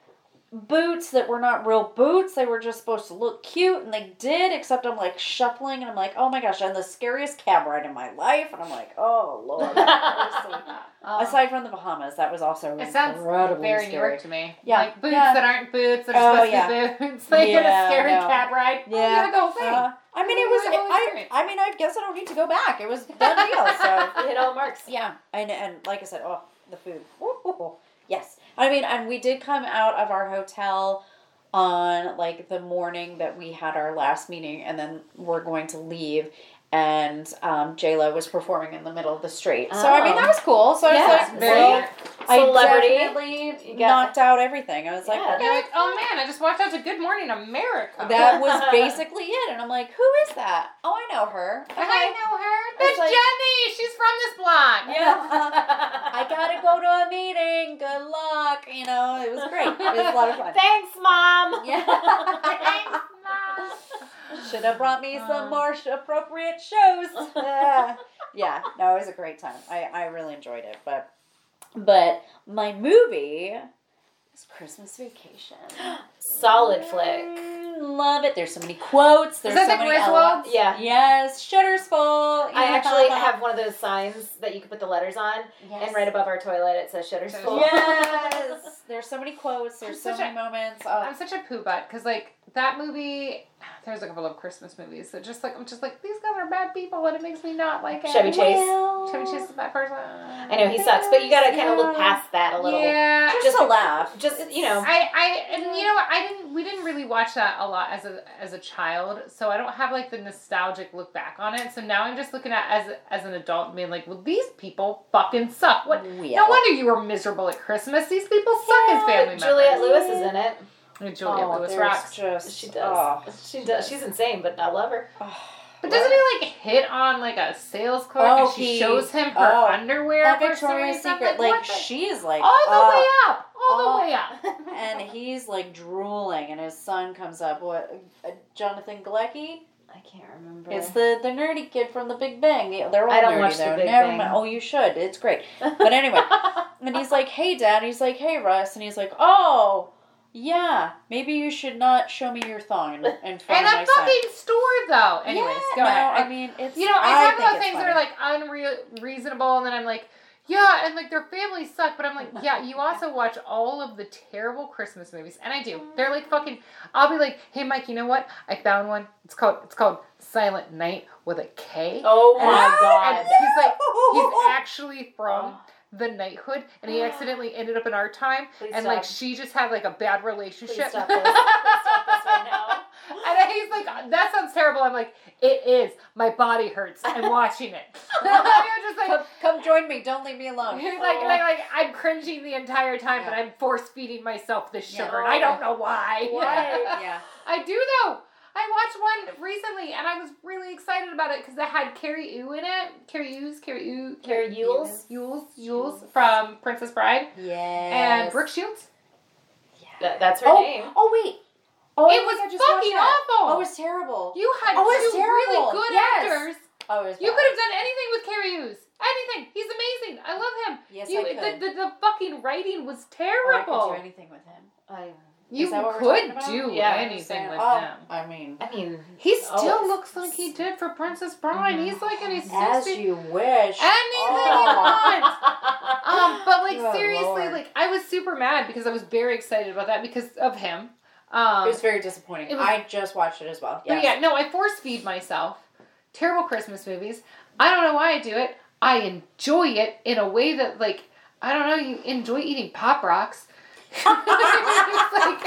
boots that were not real boots. They were just supposed to look cute, and they did. Except I'm like shuffling, and I'm like, oh my gosh, I'm the scariest cab ride in my life, and I'm like, oh lord. have mercy. Aside from the Bahamas, that was also Um, it sounds incredibly very New scary. York to me. Yeah. Like boots Yeah. that aren't boots, they're Oh, supposed yeah. to be boots. Like in Yeah, a scary no. cab ride. Yeah. Yeah. the whole thing. Uh, I mean, it was. Really I, experience. I mean, I guess I don't need to go back. It was done deal. So. You hit all the marks. Yeah, and and like I said, oh, the food. Ooh, yes, I mean, and we did come out of our hotel on like the morning that we had our last meeting, and then we're going to leave. And um, J Lo was performing in the middle of the street, so I mean Oh. that was cool. So Yeah, I was like, Very well, New York. Celebrity. I definitely You got- knocked out everything. I was like, Yeah. okay, You're like, oh man, I just walked out to Good Morning America. that was basically it. And I'm like, who is that? Oh, I know her. I Okay. know her. was That's like- Jenny. She's from this block. I gotta go to a meeting. Good luck. back. You know, it was great. It was a lot of fun. Thanks, mom. Yeah. Should have brought me some more sh- appropriate shows. Ah. yeah, no, it was a great time. I, I really enjoyed it, but but my movie is Christmas Vacation. Solid flick. Mm, Love it. There's so many quotes. There's Is that so the many ele- Griswolds? Yeah. Yes, Shutter's full. I actually have one of those signs that you can put the letters on, and right above our toilet it says Shutter's Full. Yes, there's so many quotes. There's so Such a- many moments. Oh, I'm such a poo butt because like that movie. There's a couple of Christmas movies that just like I'm just like these guys are bad people and it makes me not like it. Chevy Chase. Chevy Chase is that person. I know he sucks, but you gotta kind of look Yeah. past that a little. Yeah. just, just a like- laugh. Just you know, I, I and you know what I didn't we didn't really watch that a lot as a as a child so I don't have like the nostalgic look back on it so now I'm just looking at as as an adult and being like well these people fucking suck what no Yeah. wonder you were miserable at Christmas these people suck as family members Juliette Lewis is in it. And Juliette Oh, Lewis there's rocks Just, She oh. does. she does. She's insane, but I love her. but doesn't he like hit on like a sales clerk Oh, and she he- shows him her oh. underwear That for some Victoria's reason? Secret, like, like, what the- she's like all the oh. way up all Oh. the way up and he's like drooling, and his son comes up. What uh, Jonathan Galecki? I can't remember. It's the the nerdy kid from The Big Bang. The- They're all I don't nerdy watch The though. Big Never Bang. mind. Oh, you should. It's great. But anyway, and he's like, "Hey, Dad." He's like, "Hey, Russ." And he's like, "Oh, yeah. Maybe you should not show me your thong in, in front and of a my son." fucking store though anyways yeah, go no, ahead I mean, it's You know, I, talk think about it's things funny. that are like unreasonable, and then I'm like, yeah, and like their families suck, but I'm like, yeah, you also watch all of the terrible Christmas movies, and I do. Mm. They're like fucking. I'll be like, hey, Mike, you know what? I found one. It's called it's called Silent Night with a K. oh And my I- god. And he's like, he's actually Oh. from. The knighthood, and he accidentally ended up in our time, Please and stop. like she just had like a bad relationship. Please stop this. Please stop this right now. And then he's like, that sounds terrible. I'm like, it is. My body hurts. I'm watching it. I'm just like, come, come join me. Don't leave me alone. he's like, Oh. like, like, I'm cringing the entire time, but I'm force feeding myself this sugar, and I don't know why. Why? yeah. I do though. I watched one recently, and I was really excited about it because it had Carrie Ew in it. Carrie Ewes, Carrie Ew, Carrie Ewells? Ewells, Ewells from Princess Bride, Yes. and Brooke Shields. That, that's her name. Oh, oh wait. Oh, it I was think I fucking just watched that. awful. Oh, it was terrible. you had Oh, it's two terrible. really good Yes. actors. oh, it was You bad. could have done anything with Carrie Hughes. Anything. He's amazing. I love him. Yes, you, I could. The, the, the fucking writing was Or I terrible. could do anything with him. I, you Is that what we're talking could about? do Yeah, I anything Saying, with oh, him. I mean, I mean, He still Oh. looks like he did for Princess Bride. He's like in his Mm-hmm. as 60s. you wish. Anything you Oh. want. Um, but like Good seriously, Lord. like I was super mad because I was very excited about that because of him. Um, it was very disappointing. It was- I just watched it as well. But Yes. yeah, no, I force feed myself terrible Christmas movies. I don't know why I do it. I enjoy it in a way that, like, I don't know, you enjoy eating Pop Rocks. It's like,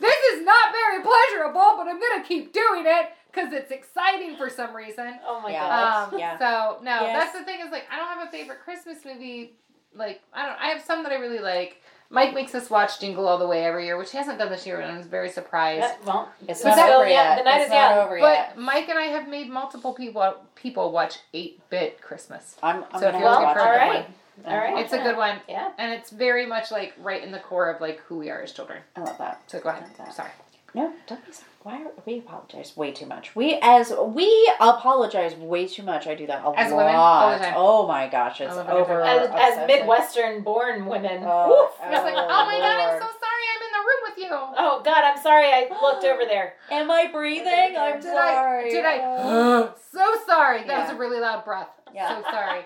this is not very pleasurable, but I'm going to keep doing it because it's exciting for some reason. oh my Yeah. god. Um, yeah. So, no, Yes. that's the thing is, like, I don't have a favorite Christmas movie. Like, I don't, I have some that I really like. Mike makes us watch Jingle All the Way every year, which he hasn't done this year, and I was very surprised. That- well, It's But not still, over yeah, yet. the night it's is not young, over yet. But Mike and I have made multiple people people watch eight bit Christmas. I'm, I'm So if gonna you're have to well, looking watch for all a good that right, one. all right. It's a good one, Yeah. and it's very much like right in the core of like who we are as children. I love that. So go ahead. Love that. Sorry. No, don't be sorry. Why are, we apologize way too much? We as we apologize way too much. I do that a As lot. women, all the time. Oh my gosh, it's I love it over. every As, as obsessive. Midwestern born women. Oh, Woof. I was like, oh my god, I'm Lord. so sorry. I'm in the room with you. Oh god, I'm sorry. I looked over there. Am I breathing? I'm Did sorry. I? Did Oh. I? so sorry. That was Yeah. a really loud breath. Yeah. So sorry.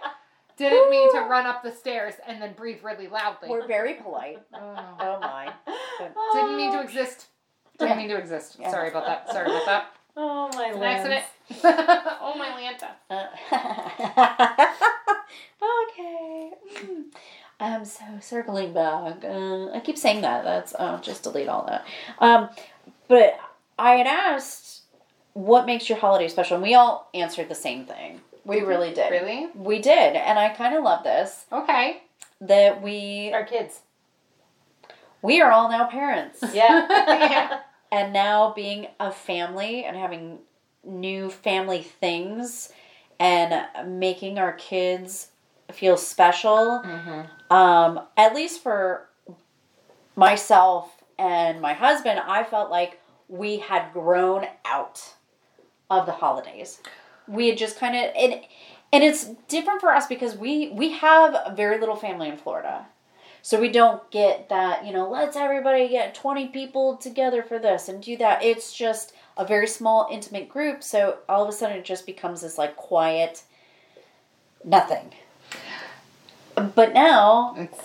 Didn't mean to run up the stairs and then breathe really loudly. We're very polite. Oh. Oh my. Didn't mean to exist. Didn't Yeah. mean to exist. Yeah. Sorry about that. Sorry about that. Oh my An lens. accident. oh my lanta. Uh, okay. Mm. Um. So circling back, uh, I keep saying that. That's uh, just delete all that. Um, but I had asked, what makes your holiday special? And we all answered the same thing. We really did. Really? We did, and I kind of love this Okay. that we Our kids. we are all now parents. Yeah. Yeah. and now being a family and having new family things and making our kids feel special um at least for myself and my husband, I felt like we had grown out of the holidays. We had just kind of and and it's different for us because we we have very little family in Florida. So we don't get that, you know, let's everybody get 20 people together for this and do that. It's just a very small intimate group, so all of a sudden it just becomes this like quiet nothing. But now It's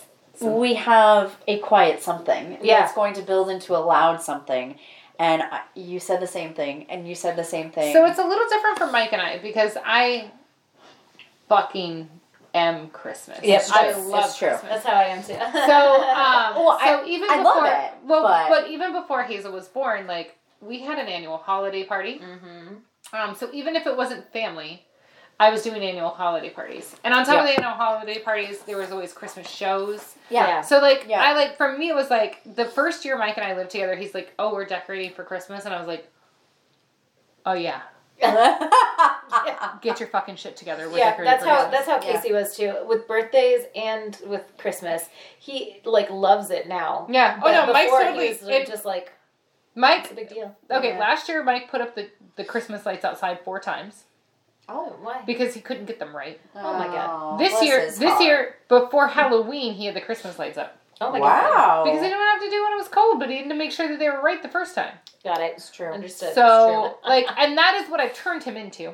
we have a quiet something Yeah. that's going to build into a loud something and I, you said the same thing and you said the same thing So it's a little different for Mike and I because I fucking am Christmas. Yes, it's I true. love It's true. Christmas. That's how I am too. so, uh, So, um, Well, I- so even I before, love it, well, but- even before Hazel was born, like we had an annual holiday party. mm-hmm. Um, so even if it wasn't family, I was doing annual holiday parties, and on top of the annual holiday parties, there was always Christmas shows. yeah, Yeah. So like Yeah. I like for me it was like the first year Mike and I lived together, he's like, Oh, we're decorating for Christmas and I was like, Oh yeah. Get your fucking shit together. We're yeah, decorating that's for how Christmas. that's how Yeah. Casey was too with birthdays and with Christmas. He like loves it now. Yeah. Oh But no, Mike's before totally he was it, just like it's a Mike big deal. okay, Yeah. last year Mike put up the, the Christmas lights outside four times Oh, why? because he couldn't get them right. Oh my God. this bless year his this heart. year before Halloween he had the Christmas lights up. Oh my god. wow Because he didn't have to do when it was cold, but he had to make sure that they were right the first time. Got it. it's true Understood. So like and that is what I've turned him into.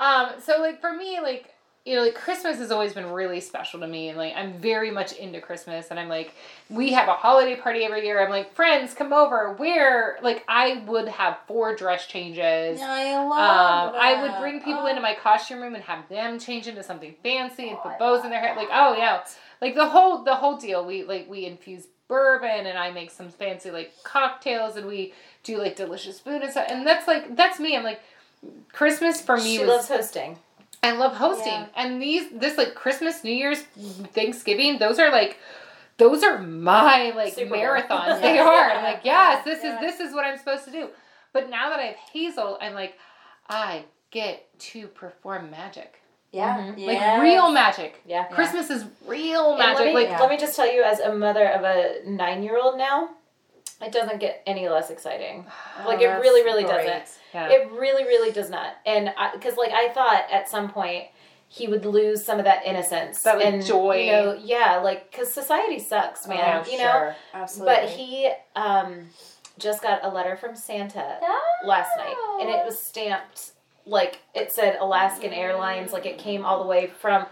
Um, so like for me, like you know, like Christmas has always been really special to me, and like I'm very much into Christmas, and I'm like, we have a holiday party every year. I'm like, friends, come over. We're like, I would have four dress changes. I Um, love I that. would bring people Oh. into my costume room and have them change into something fancy and put bows in their hair. Like, oh yeah, like the whole the whole deal. We like we infuse bourbon and I make some fancy like cocktails and we do like delicious food and stuff. And that's like that's me. I'm like Christmas for me she was loves hosting. I love hosting. And these this like Christmas, New Year's, Thanksgiving, those are like those are my like Super Bowl. Yeah. marathons. They are. I'm like, yes, this Yeah. is this is what I'm supposed to do. But now that I have Hazel, I'm like, I get to perform magic. yeah, Mhm. Mm-hmm. Like real magic. Yeah. Christmas is real And magic. Let me, like let me just tell you, as a mother of a nine-year-old now, it doesn't get any less exciting. Like it Oh, that's really, really great. doesn't. yeah. It really, really does not. And because, like, I thought at some point he would lose some of that innocence, That, like, and, joy. You know, yeah, like because society sucks, man. Oh, you know. sure. absolutely But he um, just got a letter from Santa Oh. last night, and it was stamped like it said Alaskan Airlines, like it came all the way from.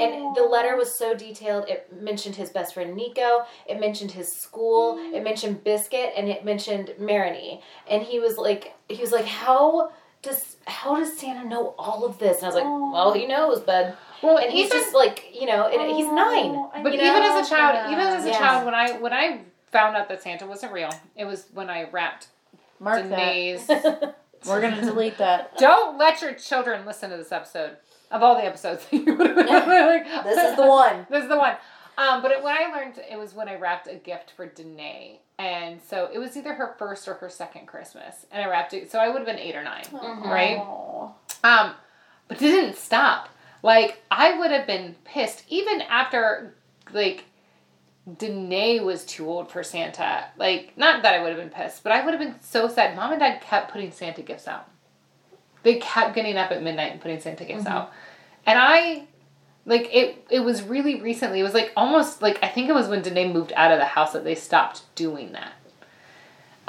And the letter was so detailed. It mentioned his best friend Nico. It mentioned his school. Mm. It mentioned Biscuit, and it mentioned Marini. And he was like, he was like, how does how does Santa know all of this? And I was like, well, he knows, bud. well And he's even just like, you know, and Oh, he's nine. But you even know? as a child, even as a Yeah. child, when I when I found out that Santa wasn't real, it was when I wrapped mark that Danae's we're gonna delete that Don't let your children listen to this episode. Of all the episodes, that you would have like, this is the one This is the one. Um, but it, when I learned, it was when I wrapped a gift for Danae, and so it was either her first or her second Christmas, and I wrapped it. So I would have been eight or nine, right? Aw. Um, but it didn't stop. Like I would have been pissed even after like Danae was too old for Santa. Like not that I would have been pissed, but I would have been so sad. Mom and Dad kept putting Santa gifts out. They kept getting up at midnight and putting Santa gifts out. And I like it it was really recently. It was like almost like I think it was when Danae moved out of the house that they stopped doing that.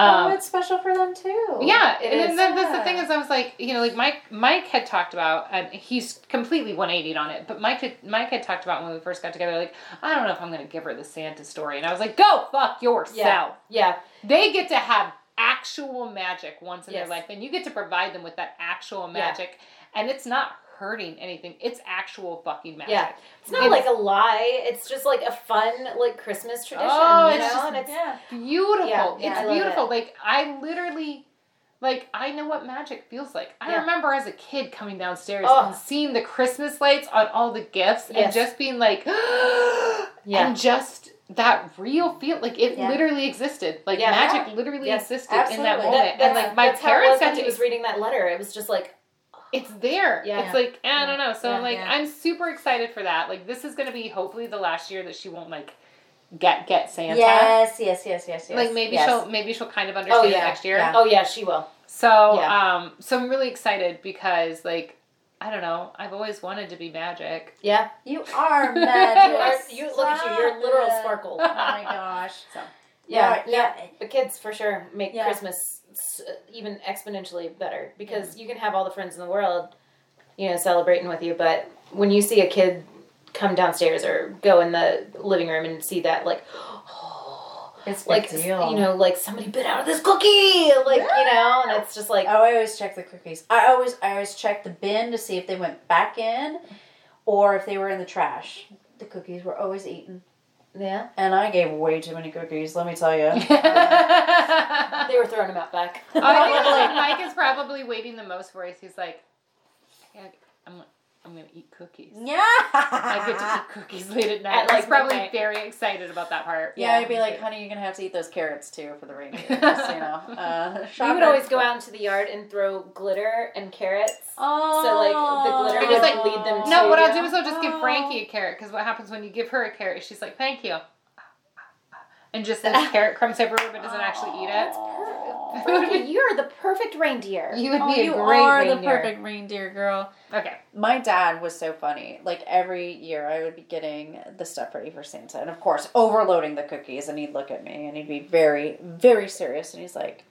Um, oh it's special for them too yeah, It and is. Then, that's the Yeah. thing is, I was like, you know, like Mike, Mike had talked about, and he's completely 180 on it. But Mike, had, Mike had talked about when we first got together, like, I don't know if I'm going to give her the Santa story, and I was like, go fuck yourself. Yeah, They get to have actual magic once in Yes. their life, and you get to provide them with that actual Yeah. magic, and it's not hurting anything. It's actual fucking magic. Yeah. It's not It's- like a lie. It's just like a fun like Christmas tradition, Oh, you know. it's just- and it's yeah beautiful. Yeah, yeah, it's I love beautiful. it. Like I literally like I know what magic feels like. I Yeah. remember as a kid coming downstairs Oh. and seeing the Christmas lights on all the gifts and Yes. just being like Yeah. and just that real feel like it Yeah. literally existed. Like Yeah. magic literally Yes, existed in that absolutely. moment. That- and that's- like my that's how it parents was got when to he was reading that letter. It was just like it's there. Yeah. It's like I don't know. So Yeah. I'm like Yeah. I'm super excited for that. Like this is gonna be hopefully the last year that she won't like get get Santa. Yes, yes, yes, yes, yes. Like maybe yes. she'll maybe she'll kind of understand Oh, yeah, next year. yeah. Oh yeah, she will. So Yeah. um so I'm really excited because like I don't know, I've always wanted to be magic. Yeah. You are You are, magic. you look at you. You're a literal sparkle. Oh my gosh. So, Yeah, Right, yeah. The kids for sure make Yeah. Christmas s- even exponentially better because you can have all the friends in the world, you know, celebrating with you, but when you see a kid come downstairs or go in the living room and see that like It's a like big you deal. know like somebody bit out of this cookie like you know and it's just like Oh, I always check the cookies. I always I always check the bin to see if they went back in or if they were in the trash. The cookies were always eaten. yeah And I gave way too many cookies, let me tell you. they were throwing them out back I think like Mike is probably waiting the most for us. He's like, yeah, I'm, I'm gonna eat cookies. Yeah. I get to eat cookies late at night. At, like, He's probably midnight. very excited about that part. yeah, I'd be me like, too. honey, you're gonna have to eat those carrots too for the reindeer. Just, you know, uh, we would shopping. always go out into the yard and throw glitter and carrots Oh. So, like, the glitter would lead them No, to- what I'll Yeah. do is I'll just give Oh. Frankie a carrot because what happens when you give her a carrot, she's like, "Thank you," and just says carrot crumbs everywhere but doesn't actually Oh. eat it. you're the perfect reindeer you would Oh, be a you great are the reindeer. perfect reindeer girl. Okay, My dad was so funny. Like every year, I would be getting the stuff ready for Santa, and of course, overloading the cookies. And he'd look at me, and he'd be very, very serious, and he's like,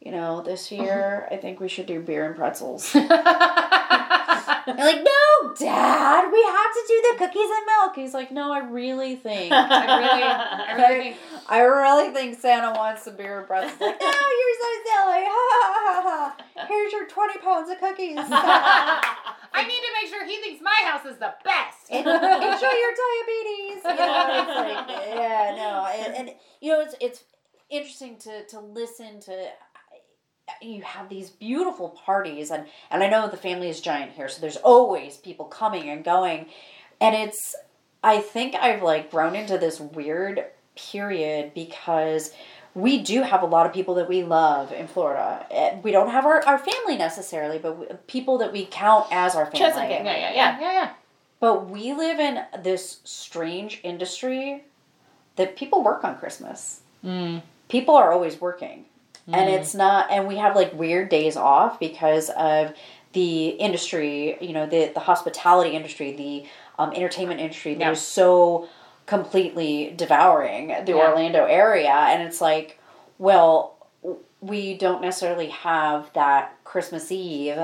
"You know, this year, I think we should do beer and pretzels." I'm like, "No, Dad, we have to do the cookies and milk." He's like, "No, I really think, I really, I really think I really think Santa wants the beer and pretzels." Like, no, you're so silly. Ha, ha, ha, ha. Here's your twenty pounds of cookies. oh, I need to make sure he thinks my house is the best. enjoy your diabetes. You know, it's like, yeah, no, and, and you know, it's it's interesting to to listen to. You have these beautiful parties, and and I know the family is giant here, so there's always people coming and going, and it's. I think I've like grown into this weird period because we do have a lot of people that we love in Florida. Eh, We don't have our, our family necessarily, but we, people that we count as our family. Chosen family. yeah, yeah, yeah, yeah, yeah. But we live in this strange industry that people work on Christmas. People are always working. Mm. And it's not and we have like weird days off because of the industry, you know, the the hospitality industry, the um, entertainment industry that is Yeah. so completely devouring the Orlando area and it's like, well, w- we don't necessarily have that Christmas Eve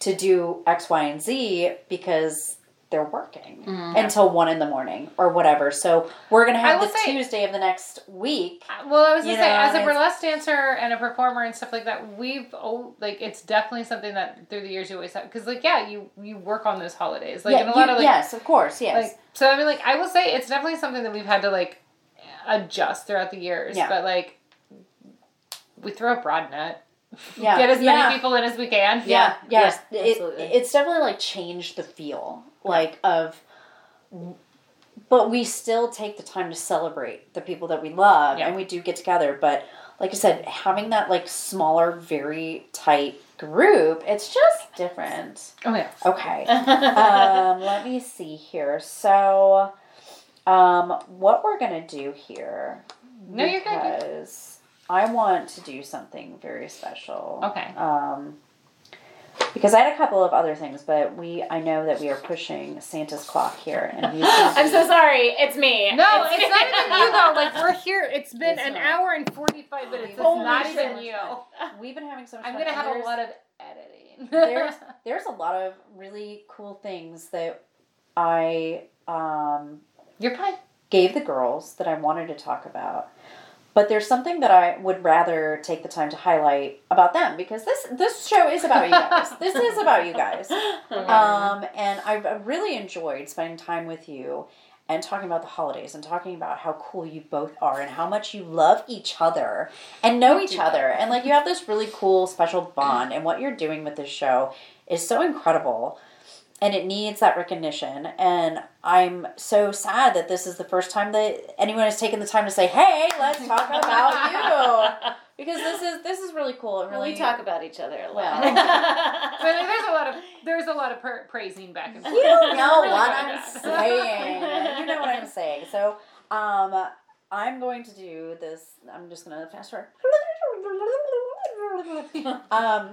to do X, Y, and Z because they're working until one in the morning or whatever. So we're gonna have Mm-hmm. I will the say- Tuesday of the next week. Uh, Well, I was gonna You say, know, as a it's- burlesque dancer and a performer and stuff like that, we've oh, like it's definitely something that through the years you always have because like yeah, you you work on those holidays like yeah, in a lot you- of like yes, of course, yes. like so I mean like I will say it's definitely something that we've had to like adjust throughout the years, Yeah. but like we throw a broad net, yeah, get as yeah. many people in as we can. Yeah, Yeah, yes, yeah, it, absolutely. it's definitely like changed the feel, like of. But we still take the time to celebrate the people that we love, Yeah. and we do get together. But like I said, having that like smaller, very tight group, it's just different. Oh yeah. Okay. um, let me see here. So, um, what we're gonna do here? No, you're good, you're good. Because I want to do something very special. Okay. Um, because I had a couple of other things, but we I know that we are pushing Santa's clock here, and he's gonna I'm be- so sorry. It's me. No, it's not even you though. Like we're here. It's been an hour and forty five minutes. It's Holy not shit. even you. we've been having so much. I'm fun, and gonna have a there's- lot of editing. there's there's a lot of really cool things that I um You're fine. gave the girls that I wanted to talk about. But there's something that I would rather take the time to highlight about them because this this show is about you guys. this is about you guys. Uh-huh. Um, and I've I've really enjoyed spending time with you and talking about the holidays and talking about how cool you both are and how much you love each other and know each other and like you have this really cool special bond and what you're doing with this show is so incredible and it needs that recognition. And I'm so sad that this is the first time that anyone has taken the time to say, "Hey, let's talk about you," because this is this is really cool and really we talk about each other a lot. So there's a lot of there's a lot of pra- praising back and forth. You don't know what Really I'm saying. You know what I'm saying. So Um, I'm going to do this. I'm just going to fast forward. um,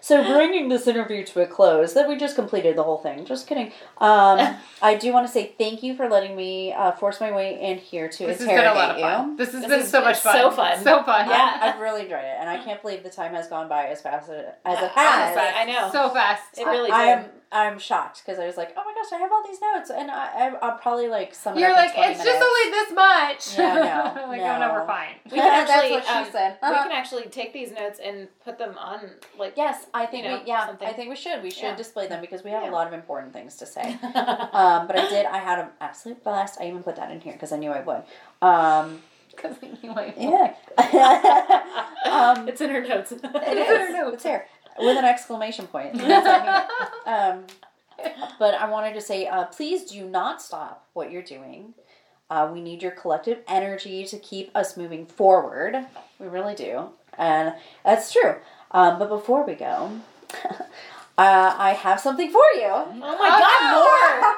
so bringing this interview to a close, that we just completed the whole thing. Just kidding. Um, I do want to say thank you for letting me uh, force my way in here to This has been interrogate a lot of you. fun. This has This been has so been much fun. so fun. So fun. Yeah, I've really enjoyed it, and I can't believe the time has gone by as fast as as it has. Honestly, I know. So fast. It really I- did. I'm I'm shocked because I was like, oh my gosh, I have all these notes, and I, I I'll probably like sum it You're up like, in 20 it's just minutes. only this much. Yeah, no, like, no. oh no, we're fine. We can That's actually, what she um, said. we can actually take these notes and put them on, like. Yes, I think you know, we yeah, something. I think we should. We should Yeah. display them because we have Yeah. a lot of important things to say. um, but I did. I had an absolute blast. I even put that in here because I knew I would. Um, Because anyway, yeah. um, it's in her notes. it is. It's here with an exclamation point. That's what I mean. um, but I wanted to say, uh, please do not stop what you're doing. Uh, we need your collective energy to keep us moving forward. We really do, and that's true. Um, but before we go, uh, I have something for you. Oh my god, more!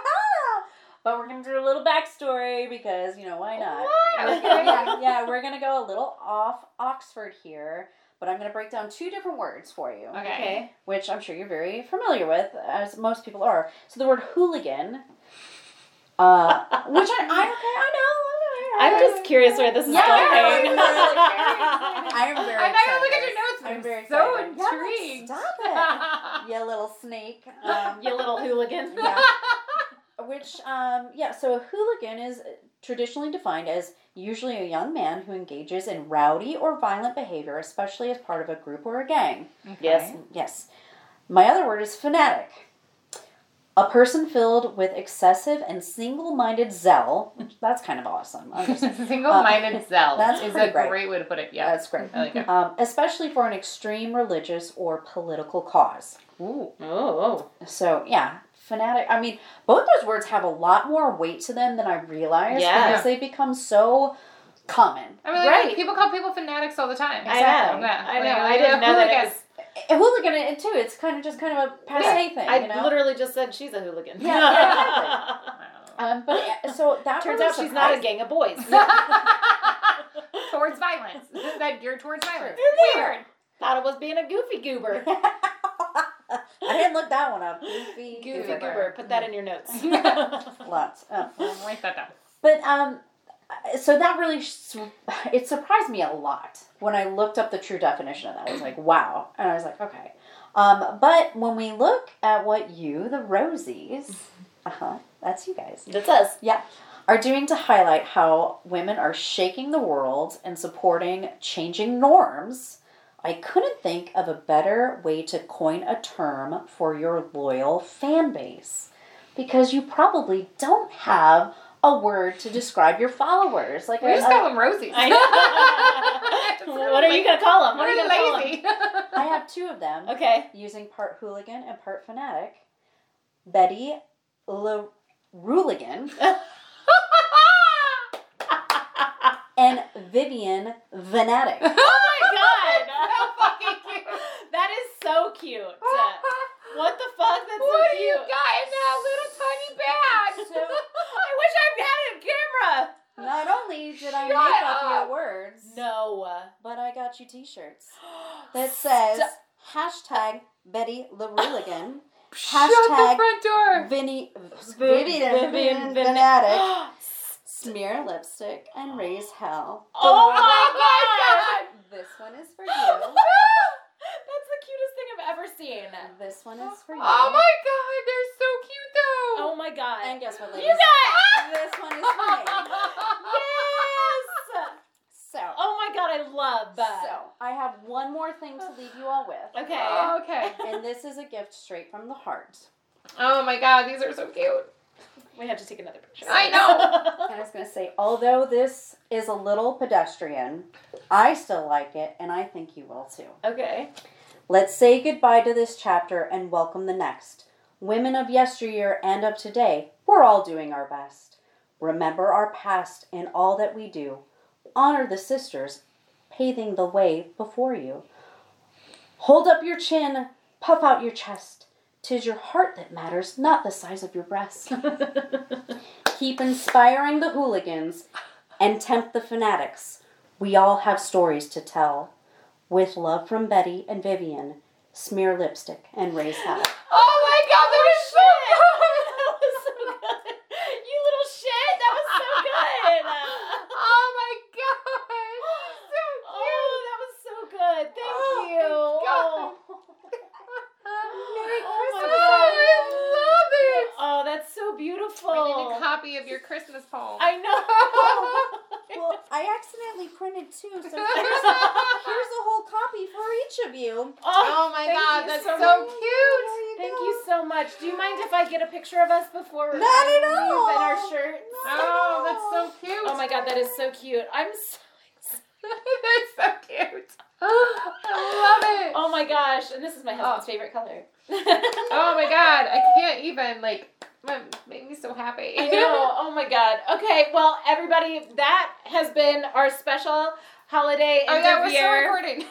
but we're gonna do a little backstory because you know why not? Okay. yeah, yeah, we're gonna go a little off Oxford here, but I'm gonna break down two different words for you, Okay. which I'm sure you're very familiar with, as most people are. So the word hooligan, uh, which I, I okay, I know. I'm just curious where this is Yeah, I going. know. I am very. I now look at excited. your notes. I'm very so excited. Yeah, but intrigued. Stop it, you little snake. Um, you little hooligan. yeah. Which, um, yeah, so a hooligan is traditionally defined as usually a young man who engages in rowdy or violent behavior, especially as part of a group or a gang. Yes. Yes. My other word is fanatic. A person filled with excessive and single minded zeal. Which that's kind of awesome. I'm just- Single-minded Zell that's is a pretty great. great way to put it. Yeah, that's great. I like it. Um, especially for an extreme religious or political cause. Ooh, Oh. So yeah, fanatic. I mean, both those words have a lot more weight to them than I realized Yeah. because they become so common. I mean, Right. like, people call people fanatics all the time. I Exactly. know. Yeah, I know. like, I like, didn't a know that. hooligan. It was, And we'll look at it too. It's kind of just kind of a passe thing, I you know. literally just said she's a hooligan. Yeah, yeah, um, but yeah, so that Turns really out she's not a surprised- gang of boys. towards violence. That you're towards violence. Weird. Thought it was being a goofy goober. I didn't look that one up. Goofy, Goofy goober. goober. Put that in your notes. Lots. Oh. Write that down. But um, uh, so that really su- it surprised me a lot when I looked up the true definition of that. I was like, wow, and I was like, okay. Um, but when we look at what you, the Rosies, uh huh, that's you guys, That's us. yeah, are doing to highlight how women are shaking the world and supporting changing norms. I couldn't think of a better way to coin a term for your loyal fan base because you probably don't have a word to describe your followers. Like, We just I- call them Rosies. uh, I know. what are you gonna call them? What are you We're gonna call them? lazy. I have two of them Okay. using part hooligan and part fanatic. Betty Ruligan and Vivian Vanatic. Oh so fucking cute. That is so cute. What the fuck? That's what so do you cute. got in that little tiny bag? So- I wish I had a camera. Not only did I Shut make up, up. your words, No. but I got you T-shirts that says hashtag Betty LaRuligan, Shut the hashtag front door. Vinny Vivian Vivian Vivian Vin- Vanatic, smear lipstick and raise hell. Oh my Oh my god. This one is for you. That's the cutest thing I've ever seen. This one is for you. Oh my god, they're so cute though. Oh my god. And guess what, you ladies? guys. This one is for me. Yes. So, Oh my god, I love that. so I have one more thing to leave you all with, Okay. okay. and this is a gift straight from the heart. Oh my god, these are so cute. we have to take another picture. I know. And I was going to say, although this is a little pedestrian, I still like it, and I think you will too. okay. Let's say goodbye to this chapter and welcome the next. Women of yesteryear and of today, we're all doing our best. Remember our past in all that we do. Honor the sisters paving the way before you. Hold up your chin, puff out your chest. Tis your heart that matters, not the size of your breast. keep inspiring the hooligans and tempt the fanatics. We all have stories to tell. With love from Betty and Vivian, smear lipstick and raise hell. Oh my god, that was so that was so good. You little shit. That was so good. Oh my gosh. So oh, that was so good. Thank Oh, you. God. Oh, my Uh, I God. Oh, that's so beautiful. love it. We need a copy of your Christmas poem. I know. Oh Well, I accidentally printed two, so here's, here's a whole copy for each of you. oh my Oh thank god, you that's so so, much. cute. Thank you so much. Do you mind if I get a picture of us before we're Not at done? We've been all. our shirts? Oh, that's so cute. Oh my god, that is so cute. I'm so that's so cute. I love it. Oh my gosh, and this is my husband's favorite color. Oh my god, I can't even like. my- Made me so happy. I know. Oh my god. Okay, well, everybody, that has been our special holiday Oh end yeah, of we're still year. recording.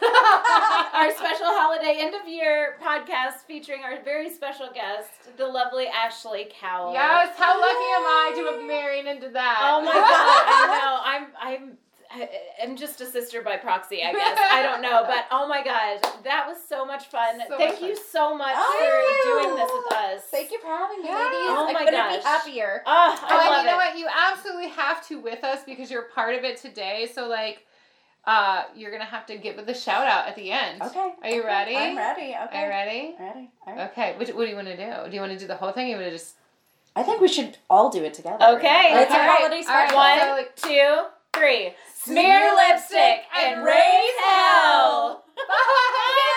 our special holiday end of year podcast featuring our very special guest, the lovely Ashley Cowell. yes, how lucky am I to have married into that? Oh my god, I know. I'm I'm I- I'm just a sister by proxy, I guess. I don't know, but oh my god, that was so much fun. So Thank much Oh, you so much for doing this with us. Thank you for having me, Yeah. ladies. Oh I my couldn't gosh. be happier. Oh, I Oh, and love you know it. what? You absolutely have to with us because you're part of it today. So like, uh, you're gonna have to get with the shout out at the end. Okay. Are you ready? I'm ready. Are you Okay. ready? I'm ready. All right. Okay. What, what do you want to do? Do you want to do the whole thing? Or you want to just I think we should all do it together. Okay. It's Okay. our holiday All right. special. One, So, like- two, three. Smear lipstick and raise hell. Bye. Oh,